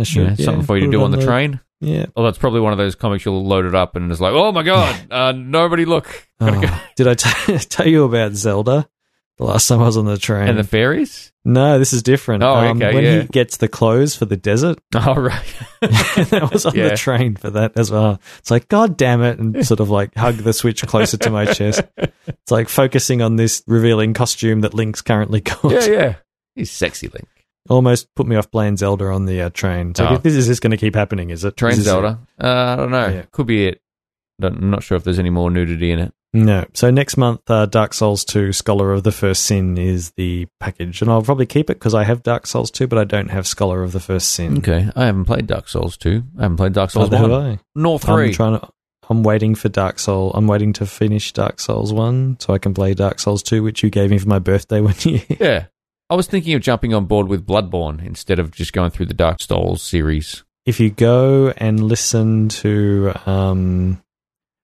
I should, Yeah, yeah, something for put you to it do on the the- train. Yeah. Although it's probably one of those comics you'll load it up and it's like, oh my god, uh, nobody look. Gotta go. Oh, did I t- tell you about Zelda? The last time I was on the train. And the fairies. no, this is different. Um, Oh, okay, when yeah. he gets the clothes for the desert, All right. I was on Yeah. the train for that as well. It's like, God damn it. And sort of like hug the switch closer to my chest. It's like focusing on this revealing costume that Link's currently got. yeah, yeah. He's sexy Link. Almost put me off playing Zelda on the uh, train. It's like, Oh. if this is this going to keep happening? Is it? Train Is this Zelda. Uh, I don't know. Yeah. Could be it. Don't, I'm not sure if there's any more nudity in it. it? No. So next month, uh, Dark Souls 2 Scholar of the First Sin is the package. And I'll probably keep it because I have Dark Souls 2, but I don't have Scholar of the First Sin. Okay. I haven't played Dark Souls 2. I haven't played Dark Souls Neither have 1. I. Nor 3. I'm trying to. I'm waiting for Dark Soul. I'm waiting to finish Dark Souls one so I can play Dark Souls two, which you gave me for my birthday one year. yeah. I was thinking of jumping on board with Bloodborne instead of just going through the Dark Souls series. if you go and listen to um,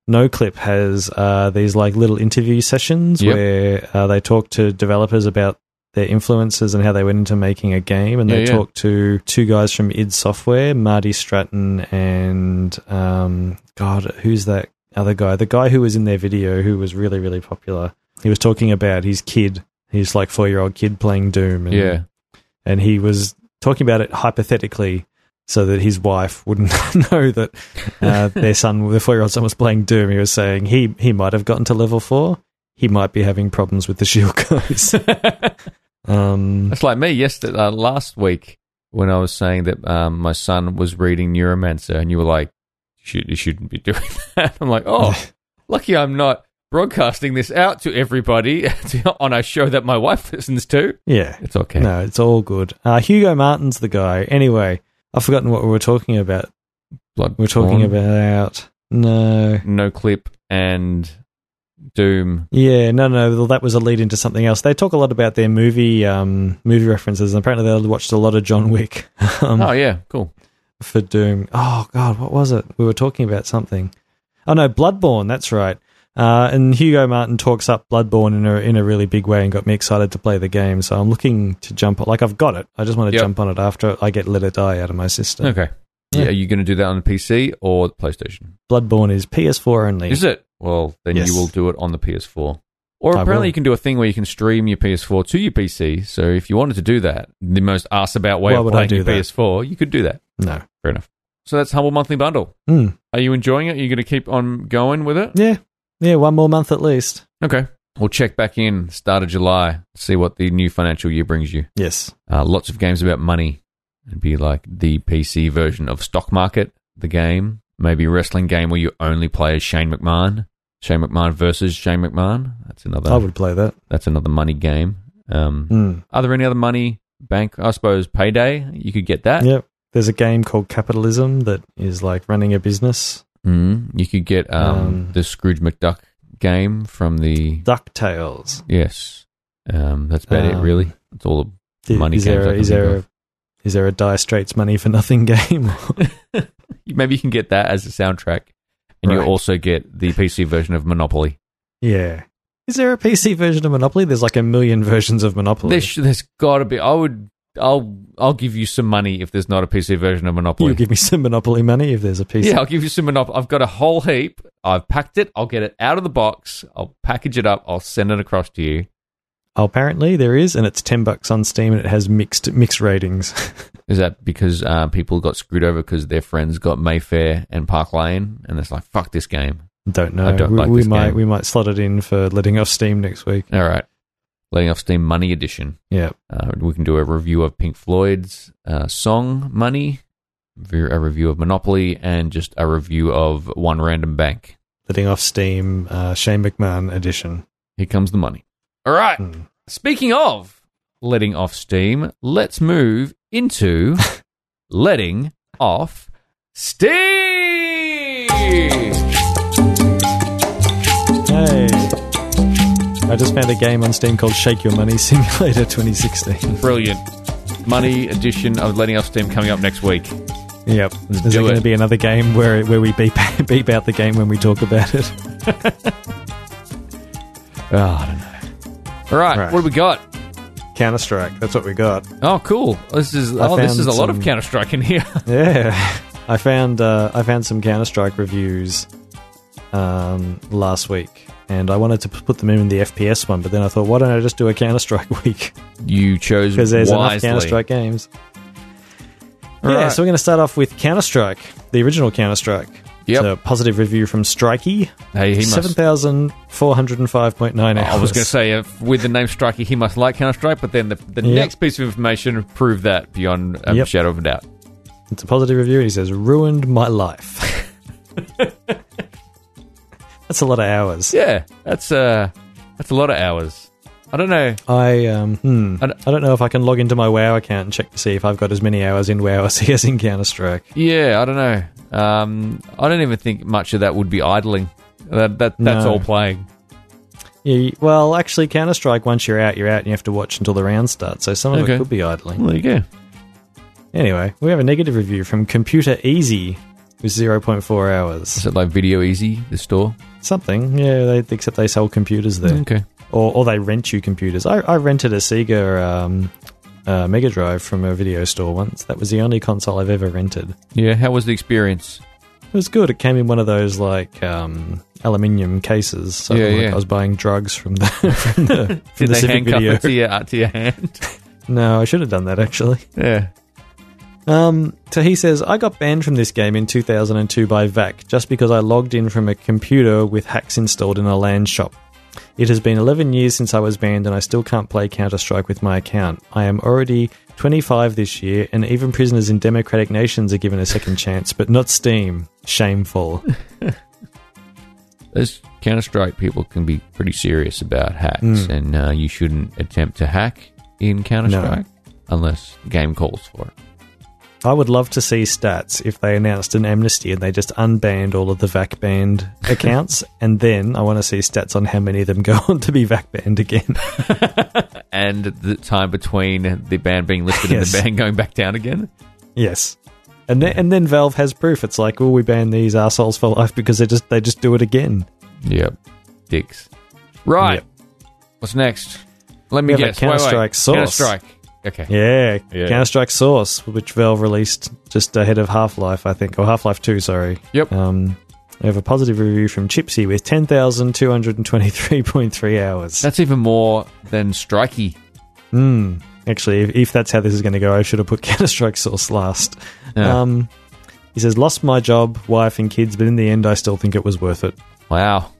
No Clip has uh, these like little interview sessions Yep. where uh, they talk to developers about their influences and how they went into making a game, and they Yeah, yeah. talk to two guys from id Software, Marty Stratton and um, God, who's that other guy? The guy who was in their video who was really really popular. He was talking about his kid, his like four year old kid playing Doom. And Yeah. and he was talking about it hypothetically so that his wife wouldn't know that uh, their son, the four-year-old son, was playing Doom. He was saying he he might have gotten to level four. He might be having problems with the shield codes. um, That's like me yesterday, uh, last week when I was saying that um, my son was reading Neuromancer, and you were like, you, should, you shouldn't be doing that. I'm like, oh, lucky I'm not broadcasting this out to everybody on a show that my wife listens to. yeah, It's okay. no, it's all good. Uh, Hugo Martin's the guy. Anyway, I've forgotten what we were talking about. Bloodborne, We are talking about no. no clip and Doom. Yeah, no, no, well, that was a lead into something else. They talk a lot about their movie um, movie references, and apparently they watched a lot of John Wick. Um, oh yeah, cool. for Doom. Oh God, what was it? We were talking about something. Oh no, Bloodborne. That's right. Uh, and Hugo Martin talks up Bloodborne in a in a really big way and got me excited to play the game. So I'm looking to jump on. Like I've got it. I just want to Yep. jump on it after I get Let It Die out of my system. Okay. Yeah. Yeah, are you going to do that on the PC or the PlayStation? Bloodborne is PS4 only. Is it? Well, then Yes. you will do it on the PS4. Or I will. apparently, you can do a thing where you can stream your PS4 to your PC. So if you wanted to do that, the most ass about way Why of would I playing do your that? PS4, you could do that. No. Fair enough. So that's Humble Monthly Bundle. Hmm. Are you enjoying it? Are you going to keep on going with it? Yeah. Yeah. One more month at least. Okay. We'll check back in start of July, see what the new financial year brings you. Yes. Uh, lots of games about money. It'd be like the PC version of Stock Market, the game. Maybe a wrestling game where you only play as Shane McMahon. Shane McMahon versus Shane McMahon. That's another. I would play that. That's another money game. Um, Hmm. Are there any other money bank? I suppose payday. You could get that. Yep. There's a game called Capitalism that is like running a business. Mm, you could get um, Um, the Scrooge McDuck game from the Ducktales. yes. yes. Um, that's about it, Um, really. It's all the Money is games I there a, can is think there a, of. is there a Dire Straits Money for Nothing game? maybe you can get that as a soundtrack, and you Right. also get the PC version of Monopoly. yeah. Is there a PC version of Monopoly? There's like a million versions of Monopoly. There's, there's got to be. I would. I'll. I'll give you some money if there's not a PC version of Monopoly. you give me some Monopoly money if there's a PC. yeah, I'll give you some Monopoly. I've got a whole heap. I've packed it. I'll get it out of the box. I'll package it up. I'll send it across to you. Oh, Apparently there is, and it's ten bucks on Steam, and it has mixed mixed ratings. Is that because uh, people got screwed over because their friends got Mayfair and Park Lane, and it's like fuck this game. don't know. I don't we like we this might game. we might slot it in for letting off Steam next week. All right, letting off Steam Money Edition. Yeah. Uh, we can do a review of Pink Floyd's uh, song Money, re- a review of Monopoly, and just a review of one random bank. Letting off Steam, uh, Shane McMahon edition. Hmm. Here comes the money. All right. Speaking of letting off steam, let's move into letting off steam. Hey. I just found a game on Steam called Shake Your Money Simulator 2016. Brilliant. Money edition of letting off steam coming up next week. Yep. Is there do going it. to be another game where where we beep, beep out the game when we talk about it? Oh, I don't know. All right, Right. What do we got? Counter Strike. That's what we got. Oh, cool. This is oh, this found is a lot of some- Counter Strike in here. Yeah, I found uh, I found some Counter Strike reviews um, last week, and I wanted to p- put them in the FPS one, but then I thought, why don't I just do a Counter Strike week you chose because there's enough wisely. Counter Strike games. All yeah, right. so we're going to start off with Counter Strike, the original Counter Strike. Yep. So positive review from Strikey. Hey, he must. Seven thousand four hundred and five point nine hours. I was going to say, uh, with the name Strikey, he must like Counter Strike, but then the, the Yep. next piece of information proved that beyond a Yep. shadow of a doubt. It's a positive review. He says, "Ruined my life." That's a lot of hours. Yeah, that's uh, that's a lot of hours. I don't know. I um, hmm, I I, d- don't, know if I can log into my WoW account and check to see if I've got as many hours in WoW as he has in Counter Strike. Yeah, I don't know. Um, I don't even think much of that would be idling. That, that that's No. all playing. Yeah, well, actually, Counter Strike. Once you're out, you're out, and you have to watch until the round starts. So some of Okay. it could be idling. Well, there you go. Anyway, we have a negative review from Computer Easy with zero point four hours. Is it like Video Easy, the store? Something, yeah. They, except they sell computers there, Okay. or or they rent you computers. I, I rented a Sega um, uh, Mega Drive from a video store once. That was the only console I've ever rented. Yeah. How was the experience? It was good. It came in one of those like um, aluminium cases. So Yeah, like, yeah. I was buying drugs from the from the, from Did the they Civic handcuff video. it to your, uh, to your hand? No, I should have done that actually. yeah. Um, so he says, I got banned from this game in 2002 by VAC just because I logged in from a computer with hacks installed in a LAN shop. It has been 11 years since I was banned and I still can't play Counter Strike with my account. I am already 25 this year and even prisoners in democratic nations are given a second chance, but not Steam. Shameful. Those Counter Strike people can be pretty serious about hacks, Mm. and uh, you shouldn't attempt to hack in Counter Strike unless the game calls for it. I would love to see stats if they announced an amnesty and they just unbanned all of the VAC banned accounts, and then I want to see stats on how many of them go on to be VAC banned again. And the time between the ban being lifted Yes. and the ban going back down again. yes. And then, and then Valve has proof. It's like, well, we banned these assholes for life because they just they just do it again. Yep. Dicks. Right. Yep. What's next? Let me We have a guess. Wait, wait. Counter-Strike source. Counter-Strike. Okay. Yeah, Yeah. Counter Strike Source, which Valve released just ahead of Half Life, I think, or Half Life Two. Sorry. Yep. Um, we have a positive review from Chipsy with ten thousand two hundred twenty three point three hours. That's even more than Strikey. Hmm. Actually, if, if that's how this is going to go, I should have put Counter Strike Source last. Yeah. Um, he says, "Lost my job, wife, and kids, but in the end, I still think it was worth it. wow.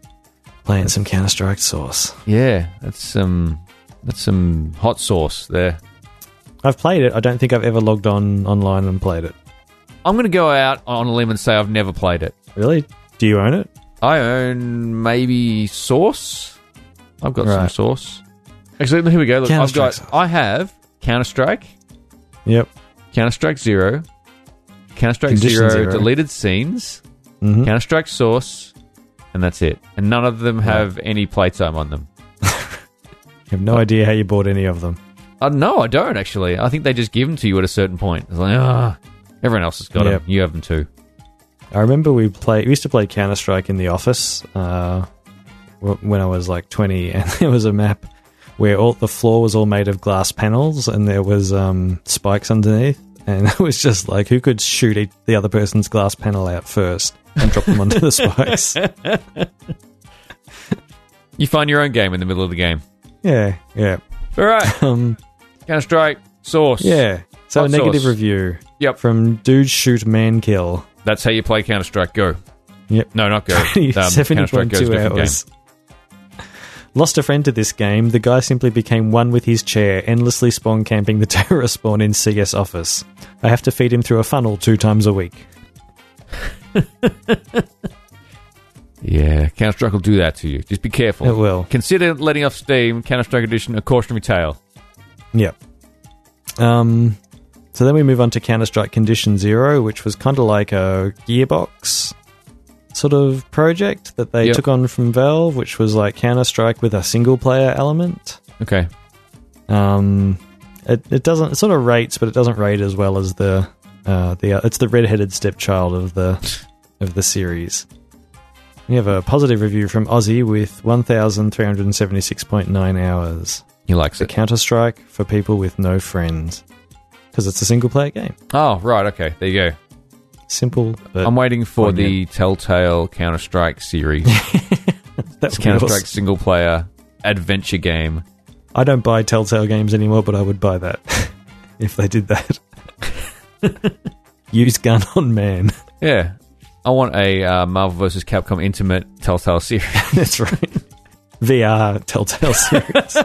Playing some Counter Strike Source. Yeah. That's some. That's some hot sauce there. I've played it. I don't think I've ever logged on online and played it. I'm going to go out on a limb and say I've never played it. Really? Do you own it? I own maybe Source. I've got some Right. Source. Actually, here we go. Look, I've Counter-Strike got. Source. I have Counter Strike, Yep. Counter Strike Zero, Counter Strike Condition Zero, Zero. deleted scenes, Mhm. Counter Strike Source, and that's it. And none of them have any playtime on them. I have no idea how you bought any of them. Uh, no, I don't actually. I think they just give them to you at a certain point. It's like, ah, everyone else has got Yep. them. You have them too. I remember we play. We used to play Counter Strike in the office uh, wh- when I was like twenty, and there was a map where all the floor was all made of glass panels, and there was um, spikes underneath, and it was just like who could shoot each, the other person's glass panel out first and drop them onto the spikes. You find your own game in the middle of the game. Yeah, yeah, All right, um, Counter Strike Source. yeah. So Hot a negative sauce. review. Yep. From dude shoot man kill. That's how you play Counter Strike. Go. Yep. No, not go. Um, Seventy Counter-Strike point Go is a two different hours. Lost a friend to this game. The guy simply became one with his chair, endlessly spawn camping the terrorist spawn in CS office. I have to feed him through a funnel two times a week. game. Yeah, Counter Strike will do that to you. Just be careful. It will. Consider letting off Steam Counter Strike Edition a cautionary tale. Yep. Um, so then we move on to Counter Strike Condition Zero, which was kind of like a Gearbox sort of project that they Yep. took on from Valve, which was like Counter Strike with a single player element. Okay. Um, it, it doesn't it sort of rates, but it doesn't rate as well as the uh, the uh, it's the redheaded stepchild of the of the series. We have a positive review from Aussie with one thousand three hundred seventy six point nine hours. He likes The it. Counter Strike for people with no friends because it's a single player game. Oh, right. Okay. There you go. Simple, but I'm waiting for one the Telltale Counter Strike series. that's Counter Strike single player adventure game. I don't buy Telltale games anymore, but I would buy that if they did that. Use gun on man. Yeah. I want a uh, Marvel vs. Capcom Intimate Telltale series. That's right. VR Telltale series.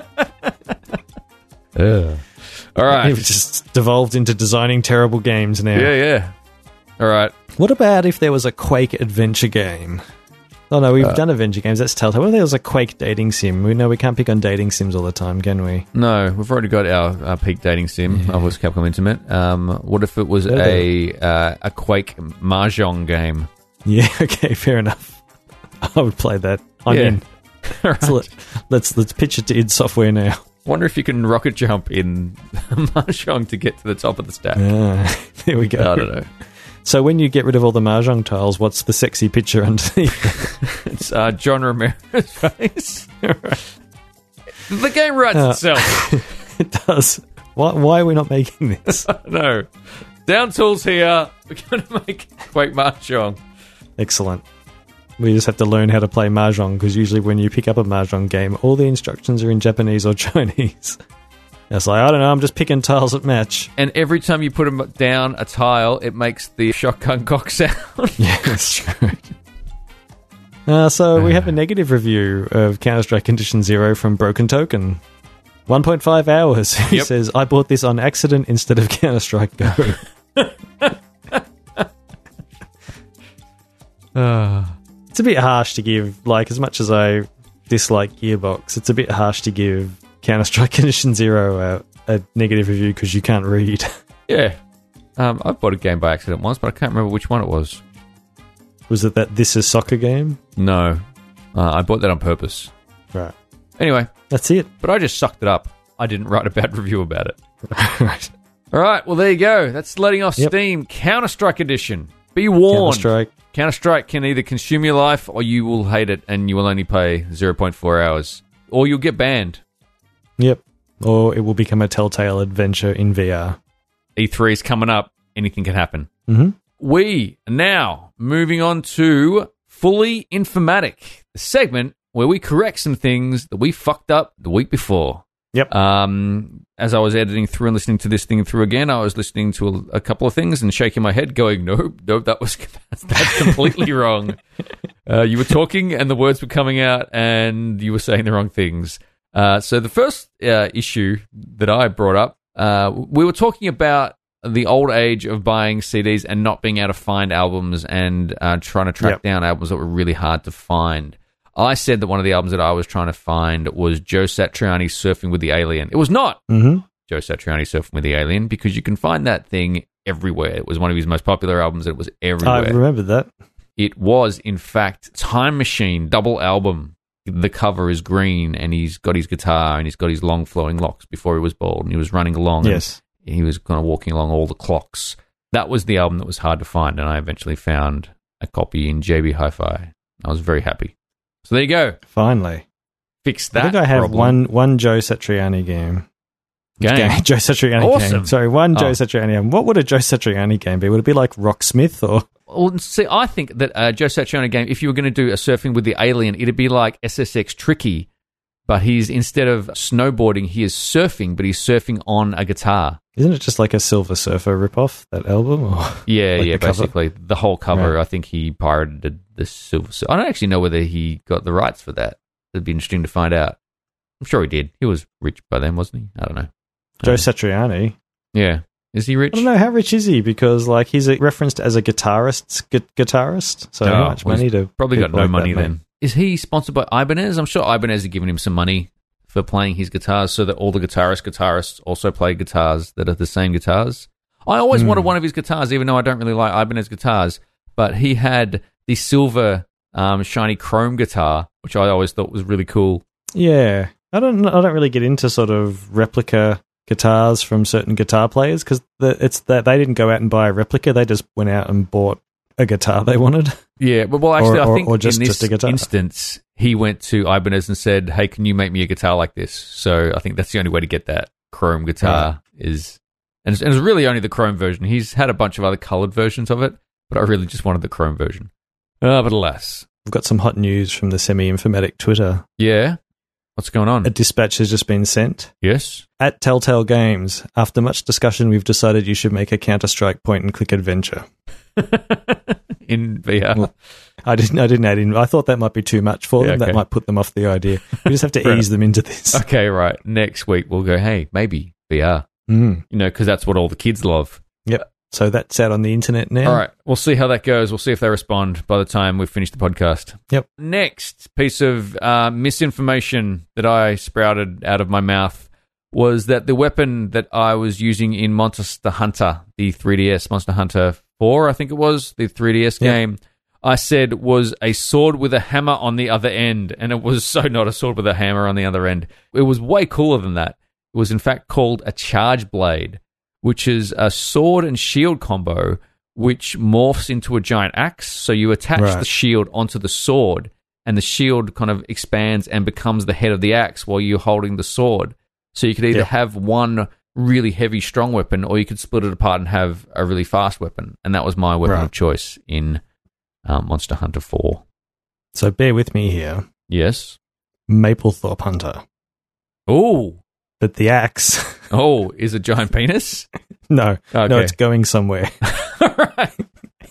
All right. They've just devolved into designing terrible games now. Yeah, yeah. All right. What about if there was a Quake adventure game? Oh no, we've Uh, done adventure games. That's Telltale. What if there was a Quake dating sim? We know we can't pick on dating sims all the time, can we? No, we've already got our, our peak dating sim, Marvel vs. Capcom Intimate. Um, what if it was Yeah, a uh, a Quake Mahjong game? Yeah. Okay. Fair enough. I would play that. I'm Yeah. in. All right. So let, let's let's pitch it to id Software now. Wonder if you can rocket jump in Mahjong to get to the top of the stack. Ah, there we go. I don't know. So when you get rid of all the mahjong tiles, what's the sexy picture underneath? It's uh, John Romero's face. The game writes Uh, itself. it does. Why, why are we not making this? no. Down tools here. We're going to make Quake Mahjong. Excellent. We just have to learn how to play mahjong because usually when you pick up a mahjong game, all the instructions are in Japanese or Chinese. It's like I don't know. I'm just picking tiles that match. And every time you put 'em down a tile, it makes the shotgun cock sound. Yeah, that's true. Uh, so we have a negative review of Counter Strike Condition Zero from Broken Token. 1.5 hours. He Yep. says, I bought this on accident instead of Counter Strike Go. Uh, it's a bit harsh to give, like, as much as I dislike Gearbox, it's a bit harsh to give Counter Strike Condition Zero a, a negative review because you can't read. yeah. Um, I bought a game by accident once, but I can't remember which one it was. Was it that This Is Soccer game? No. Uh, I bought that on purpose. Right. Anyway, That's it. but I just sucked it up. I didn't write a bad review about it. right. All right. Well, there you go. That's letting off Yep. steam. Counter Strike Edition. Be Counter warned. Strike. Counter Strike can either consume your life or you will hate it and you will only play 0.4 hours. Or you'll get banned. Yep. Or it will become a telltale adventure in VR. E3 E is coming up. Anything can happen. Mm-hmm. We are now moving on to Fully Informatic, the segment where we correct some things that we fucked up the week before. Yep. Um, as I was editing through and listening to this thing through again, I was listening to a, a couple of things and shaking my head, going, "Nope, nope, that was that's, that's completely wrong." Uh, you were talking and the words were coming out, and you were saying the wrong things. Uh, so the first uh, issue that I brought up, uh, we were talking about the old age of buying CDs and not being able to find albums and uh, trying to track Yep. down albums that were really hard to find. I said that one of the albums that I was trying to find was Joe Satriani surfing with the alien. It was not Mm-hmm. Joe Satriani surfing with the alien because you can find that thing everywhere. It was one of his most popular albums. It was I everywhere. remember that. It was, in fact, Time Machine double album. The cover is green, and he's got his guitar, and he's got his long flowing locks before he was bald, and he was running along. and Yes. he was kind of walking along all the clocks. That was the album that was hard to find, and I eventually found a copy in JB Hi-Fi. I was very happy. So there you go. Finally. Fix I that. think I have problem. one one Joe Satriani game. game. Game- Joe Satriani Awesome. game. Sorry, one Joe Oh. Satriani game. What would a Joe Satriani game be? Would it be like Rocksmith or Well, see, I think that uh, Joe Satriani game. If you were going to do a surfing with the alien, it'd be like SSX Tricky, but he's instead of snowboarding, he is surfing, but he's surfing on a guitar. isn't it just like a Silver Surfer ripoff, that album? Or Yeah, Like yeah, the cover? basically the whole cover. Right. I think he pirated the silver. Sur- I don't actually know whether he got the rights for that. It'd be interesting to find out. I'm sure he did. He was rich by then, wasn't he? I don't know. Joe Uh, Satriani. yeah, is he rich? I don't know how rich is he because like he's uh, referenced as a guitarist gu- guitarist. So Oh, how much well, Oh, he's money to Probably got people no like that money make? then. is he sponsored by Ibanez? I'm sure Ibanez are giving him some money for playing his guitars so that all the guitarist guitarists also play guitars that are the same guitars. I always Hmm. wanted one of his guitars, even though I don't really like Ibanez guitars. But he had the silver, um, shiny chrome guitar, which I always thought was really cool. Yeah, I don't. I don't really get into sort of replica guitars from certain guitar players because it's that they didn't go out and buy a replica. They just went out and bought a guitar they wanted. Yeah, but well, actually, Or- I or- think or just- in this just a guitar. instance, he went to Ibanez and said, "Hey, can you make me a guitar like this?" So I think that's the only way to get that chrome guitar is, and it's, and it's really only the chrome version. He's had a bunch of other colored versions of it, but I really just wanted the chrome version. Uh, but alas, We've got some hot news from the semi-informatic Twitter. yeah, what's going on? A dispatch has just been sent yes, at Telltale Games. After much discussion, we've decided you should make a Counter Strike point-and-click adventure. in VR. Well, I didn't. I didn't add in. I thought that might be too much for Yeah, them. okay. That might put them off the idea. We just have to Fair ease them into this. okay, right. Next week we'll go. Hey, maybe VR. Mm. You know, because that's what all the kids love. So that's out on the internet now. All right. We'll see how that goes. We'll see if they respond by the time we finish the podcast. Yep. Next piece of uh, misinformation that I sprouted out of my mouth was that the weapon that I was using in Monster Hunter, the 3DS Monster Hunter 4, I think it was, the 3DS Yep. game, I said was a sword with a hammer on the other end. And it was so not a sword with a hammer on the other end. It was way cooler than that. It was, in fact, called a charge blade which is a sword and shield combo which morphs into a giant axe. So you attach Right. the shield onto the sword, and the shield kind of expands and becomes the head of the axe while you're holding the sword. So you could either Yep. have one really heavy, strong weapon, or you could split it apart and have a really fast weapon. And that was my weapon Right. of choice in um, Monster Hunter 4. So bear with me here. Yes. Maplethorpe Hunter, Oh, but the axe. oh, is a giant penis? no, Okay. no, it's going somewhere. right.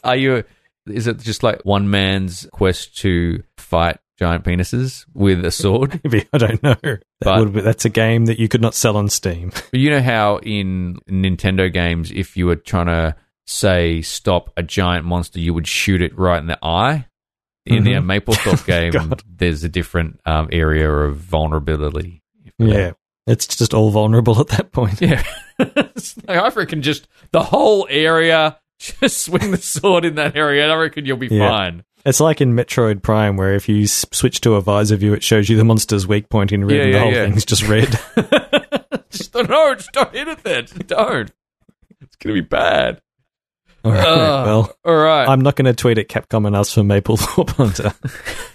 Are you? Is it just like one man's quest to fight giant penises with a sword? Maybe I don't know. That But- would be, that's a game that you could not sell on Steam. but you know how in Nintendo games, if you were trying to say stop a giant monster, you would shoot it right in the eye. In the Mhm. MapleStock game, God. there's a different um, area of vulnerability. Yeah, it's just all vulnerable at that point. Yeah. It's like, I reckon just the whole area, just swing the sword in that area, and I reckon you'll be Yeah. fine. It's like in Metroid Prime, where if you s- switch to a visor view, it shows you the monster's weak point in red, Yeah, and the yeah, whole yeah. thing's just red. just don't, no, just don't hit it there. Just don't. It's gonna be bad. all right, Ugh. well, All right. I'm not going to tweet at Capcom and ask for Maplethorpe Hunter.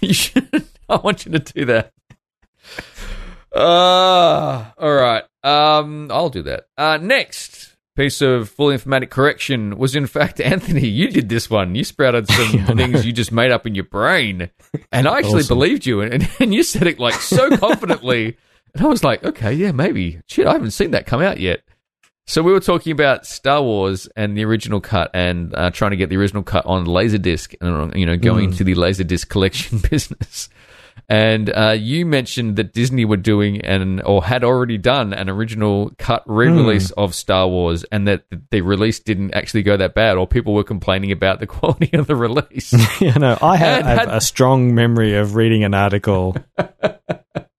You should- I want you to do that. Uh, all right. Um, I'll do that. Uh, next piece of full informatic correction was, in fact, Anthony. You did this one. You sprouted some Yeah, I know. things you just made up in your brain, and I actually Awesome. believed you. And, and you said it like so confidently, and I was like, okay, yeah, maybe. Shit, I haven't seen that come out yet. So we were talking about Star Wars and the original cut, and uh, trying to get the original cut on Laserdisc, and you know, Hmm. going to the Laserdisc collection business. And uh, you mentioned that Disney were doing an or had already done an original cut re-release Hmm. of Star Wars, and that the release didn't actually go that bad, or people were complaining about the quality of the release. you know, I have, And have had- a strong memory of reading an article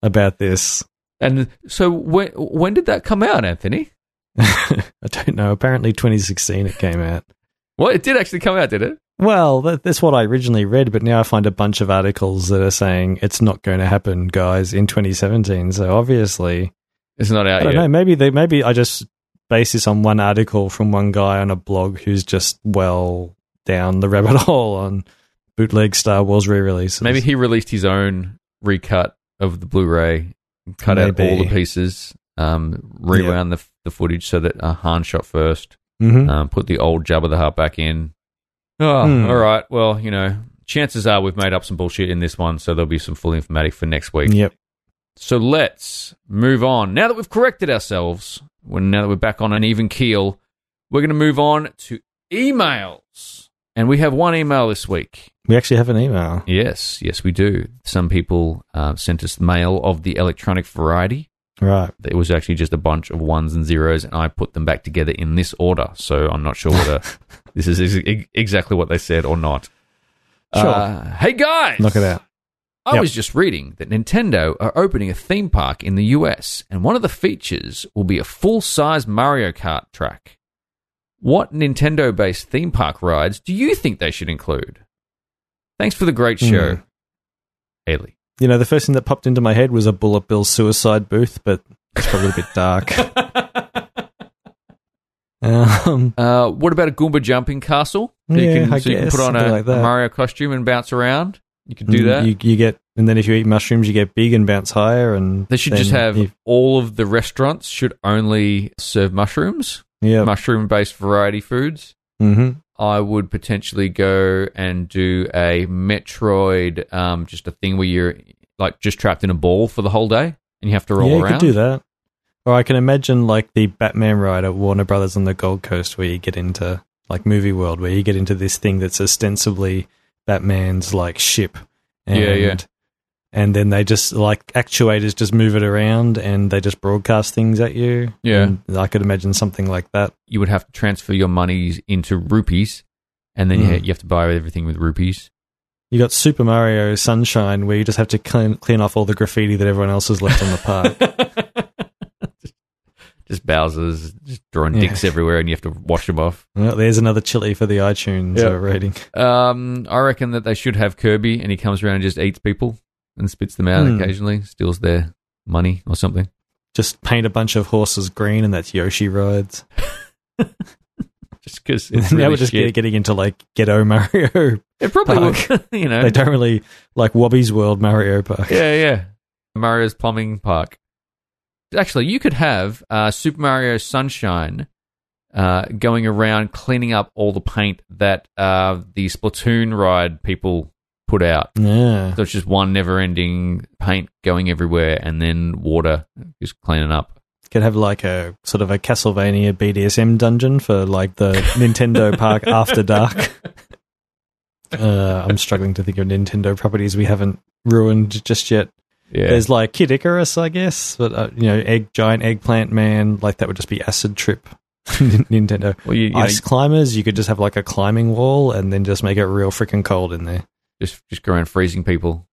about this. and so, when when did that come out, Anthony? I don't know. Apparently, 2016 it came out. Well, it did actually come out, did it? Well, that, that's what I originally read, but now I find a bunch of articles that are saying it's not going to happen, guys, in 2017. So obviously, It's not out I don't yet. know. Maybe they, maybe I just base this on one article from one guy on a blog who's just well down the rabbit hole on bootleg Star Wars re-releases. Maybe he released his own recut of the Blu-ray, cut out all Maybe. the pieces, um, rewound the, the footage so that uh, Han shot first, Mhm. um, put the old Jabba the Hutt back in. Oh, Hmm. All right. Well, you know, chances are we've made up some bullshit in this one, so there'll be some full informatic for next week. Yep. So let's move on. Now that we've corrected ourselves, when now that we're back on an even keel, we're going to move on to emails. And we have one email this week. We actually have an email. Yes, yes, we do. Some people uh, sent us mail of the electronic variety. Right. It was actually just a bunch of ones and zeros, and I put them back together in this order. So I'm not sure whether this is ex- ex- exactly what they said or not. Sure. Uh, hey guys, Knock it out. I Yep. was just reading that Nintendo are opening a theme park in the US, and one of the features will be a full size Mario Kart track. What Nintendo based theme park rides do you think they should include? Thanks for the great Hmm. show, Haley. You know, the first thing that popped into my head was a Bullet Bill suicide booth, but it's probably a bit dark. um, Uh, what about a Goomba jumping castle? that you Yeah, can, I so you can guess, put on something a, like a that. Mm, Mario costume and bounce around. You could do that. You, you get, and then if you eat mushrooms, you get big and bounce higher. And they should then just have you- all of the restaurants should only serve mushrooms, yeah, mushroom based variety foods. hmm I would potentially go and do a Metroid, um, just a thing where you're like just trapped in a ball for the whole day and you have to roll yeah, you around. could do that. Or I can imagine like the Batman ride at Warner Brothers on the Gold Coast, where you get into like movie world, where you get into this thing that's ostensibly Batman's like ship. And, Yeah, yeah. And then they just like actuators just move it around, and they just broadcast things at you. Yeah. And I could imagine something like that. You would have to transfer your monies into rupees, and then you, Mm. you have to buy everything with rupees. You got Super Mario Sunshine, where you just have to clean clean off all the graffiti that everyone else has left on the park. Just Bowser's just drawing Yeah. dicks everywhere, and you have to wash them off. Well, there's another chili for the iTunes Yeah. uh, rating. Um, I reckon that they should have Kirby, and he comes around and just eats people and spits them out Hmm. occasionally, steals their money or something. Just paint a bunch of horses green, and that's Yoshi rides. Just because It's it's really now we're just shit. get- getting into like ghetto Mario. It probably Park. would, you know. they don't really like Wobby's World Mario Park. Yeah, yeah. Mario's Plumbing Park. Actually, you could have uh, Super Mario Sunshine uh, going around cleaning up all the paint that uh, the Splatoon ride people put out. Yeah. So it's just one never-ending paint going everywhere, and then water just cleaning up. Could have like a sort of a Castlevania BDSM dungeon for like the Nintendo Park After Dark. Uh, I'm struggling to think of Nintendo properties we haven't ruined just yet. Yeah, There's like Kid Icarus, I guess, but uh, you know, egg giant eggplant man, like that would just be Acid Trip. Nintendo well, you, you know, ice climbers. You could just have like a climbing wall, and then just make it real freaking cold in there. just just go around freezing people,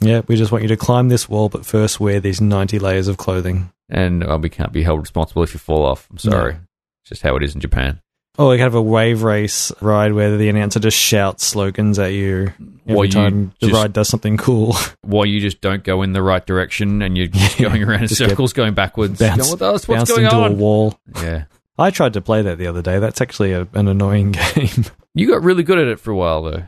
Yeah, we just want you to climb this wall, but first wear these 90 layers of clothing. and uh, we can't be held responsible if you fall off. I'm sorry, No. it's just how it is in Japan. Or Oh, we could have a wave race ride where the announcer just shouts slogans at you every While you time the just- ride does something cool. While you just don't go in the right direction and you're just Yeah, going around in just get circles, going backwards. bounced- Going, what the- what's Bounced going into on? a wall. Yeah. I tried to play that the other day. That's actually a, an annoying game. You got really good at it for a while, though.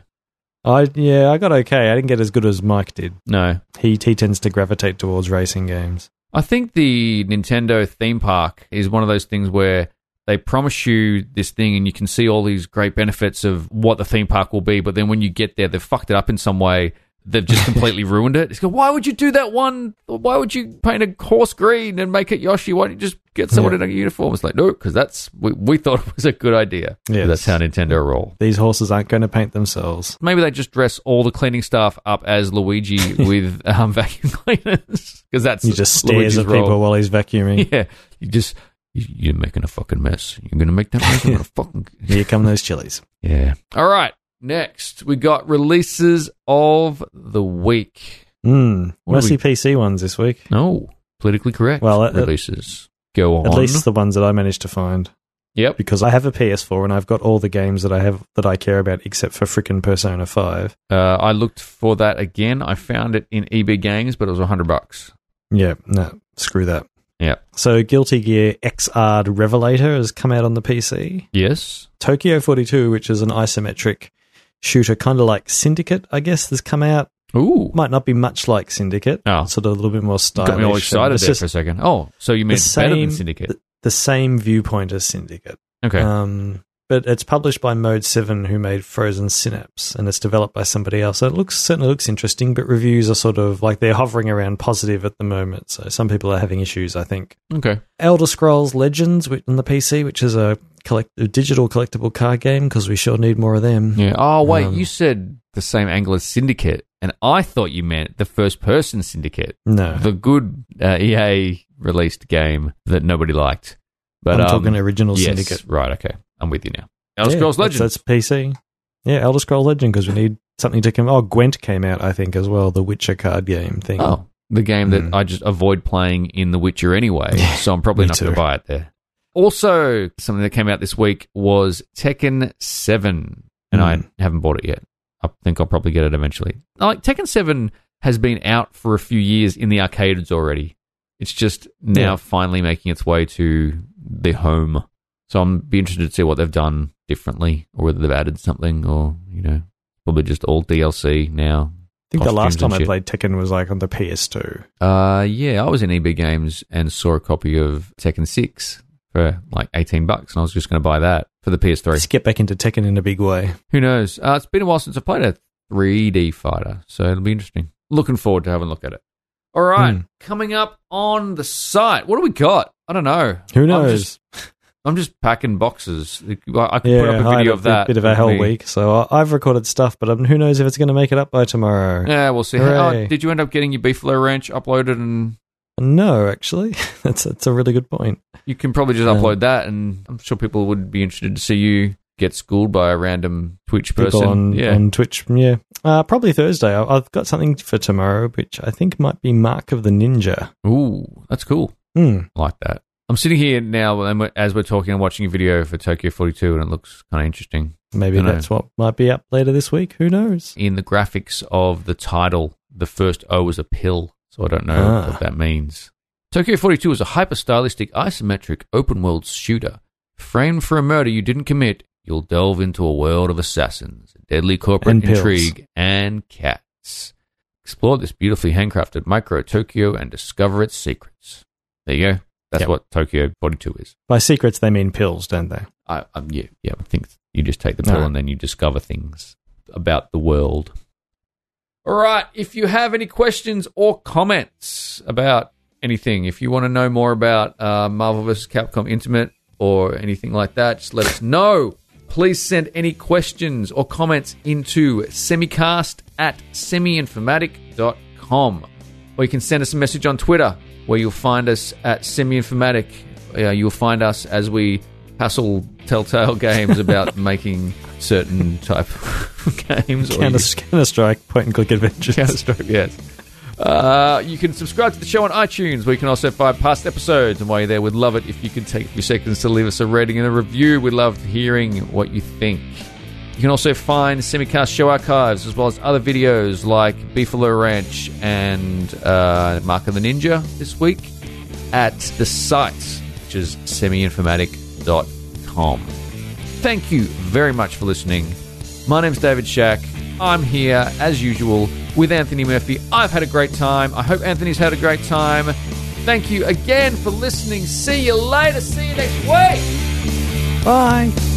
I yeah, I got okay. I didn't get as good as Mike did. No. He he tends to gravitate towards racing games. I think the Nintendo theme park is one of those things where they promise you this thing and you can see all these great benefits of what the theme park will be, but then when you get there, they've fucked it up in some way. They've just completely ruined it. It's go, why would you do that one? Why would you paint a horse green and make it Yoshi? Why don't you just get someone Yeah. in a uniform? It's like, no, because that's, we, we thought it was a good idea. Yes. That's how Nintendo roll. These horses aren't going to paint themselves. Maybe they just dress all the cleaning staff up as Luigi with um, vacuum cleaners because that's He just stares Luigi's at role. people while he's vacuuming. Yeah, you just you- you're making a fucking mess. You're gonna make that mess. I'm gonna fucking Here come those chilies. yeah. All right, next we got releases of the week. Mm, What do mostly we- PC ones this week. No, politically correct. Well, uh, releases go on. At least the ones that I managed to find. yep. Because I have a PS4 and I've got all the games that I have that I care about except for frickin' Persona 5. Uh, I looked for that again. I found it in EB Games, but it was hundred bucks. Yeah, no, screw that. Yeah. So Guilty Gear XR Revelator has come out on the PC. Yes. Tokyo 42, which is an isometric shooter kind of like Syndicate, I guess, has come out. Ooh. Might not be much like Syndicate. Oh. Sort of a little bit more stylish. Got me all and excited it's there just for a second. Oh, so you mean the it's better than same- Syndicate? th- the same viewpoint as Syndicate. Okay. Um, but it's published by Mode Seven, who made Frozen Synapse, and it's developed by somebody else. So it looks certainly looks interesting, but reviews are sort of like they're hovering around positive at the moment. So some people are having issues. I think okay. Elder Scrolls Legends which- on the PC, which is a collect a digital collectible card game, because we sure need more of them. Yeah. Oh wait, Um, you said the same angle as Syndicate, and I thought you meant the first person Syndicate. No, the good uh, EA released game that nobody liked. But I'm um, talking original yes, Syndicate. right, okay, I'm with you now. Elder Yeah, Scrolls that's- Legends. That's, PC. Yeah, Elder Scrolls Legend, because we need something to come. Oh, Gwent came out, I think, as well. The Witcher card game thing. Oh, the game that Hmm. I just avoid playing in The Witcher anyway, so I'm probably me not going too. to buy it there. Also, something that came out this week was Tekken 7, and I Hmm. haven't bought it yet. I think I'll probably get it eventually. Like Tekken 7 has been out for a few years in the arcades already. It's just now Yeah. finally making its way to the home. So I'm be interested to see what they've done differently or whether they've added something or, you know, probably just all DLC now. I think the last costumes and time I shit. played Tekken was like on the PS2. Uh, yeah, I was in EB Games and saw a copy of Tekken 6 for like 18 bucks, and I was just going to buy that for the PS3. Skip back into Tekken in a big way. Who knows? Uh, it's been a while since I played a 3D fighter, so it'll be interesting. Looking forward to having a look at it. All right, Hmm. coming up on the site, what do we got? I don't know. Who I'm knows? just, I'm just packing boxes. I I could yeah, put up a I had video a of that. Bit of a hell Maybe. week. So I- I've recorded stuff, but um, who knows if it's going to make it up by tomorrow? Yeah, we'll see. Hooray. Oh, did you end up getting your Beefalo Ranch uploaded and No, actually, that's that's a really good point. You can probably just Um, upload that, and I'm sure people would be interested to see you get schooled by a random Twitch person. People on yeah, on Twitch, yeah, uh, probably Thursday. I- I've got something for tomorrow, which I think might be Mark of the Ninja. ooh, that's cool. Hmm. I like that. I'm sitting here now, and we're- as we're talking, I'm watching a video for Tokyo 42, and it looks kind of interesting. Maybe Dunno. that's what might be up later this week. Who knows? In the graphics of the title, the first O is a pill, so I don't know Ah. what that means. Tokyo 42 is a hyper stylistic, isometric, open world shooter. Framed for a murder you didn't commit, you'll delve into a world of assassins, deadly corporate And pills. intrigue, and cats. Explore this beautifully handcrafted micro Tokyo and discover its secrets. There you go. That's Yep. what Tokyo 42 is. By secrets, they mean pills, don't they? I, um, yeah, yeah. I think you just take the pill Alright. and then you discover things about the world. All right. If you have any questions or comments about anything, if you want to know more about uh, Marvel vs. Capcom Intimate or anything like that, just let us know. Please send any questions or comments into semicast at semiinformatic.com. Or you can send us a message on Twitter where you'll find us at semiinformatic. Uh, you'll find us as we hassle Telltale Games about making certain type of games. or Counter, you- Counter Strike point and click adventures. Counter Strike, yes. Uh, you can subscribe to the show on iTunes, where you can also find past episodes. And while you're there, we'd love it if you could take a few seconds to leave us a rating and a review. We'd love hearing what you think. You can also find Semicast show archives as well as other videos like Beefalo Ranch and uh, Mark of the Ninja this week at the site, which is semiinformatic.com. Thank you very much for listening. My name's David Shack. I'm here, as usual, with Anthony Murphy. I've had a great time. I hope Anthony's had a great time. Thank you again for listening. See you later. See you next week. Bye.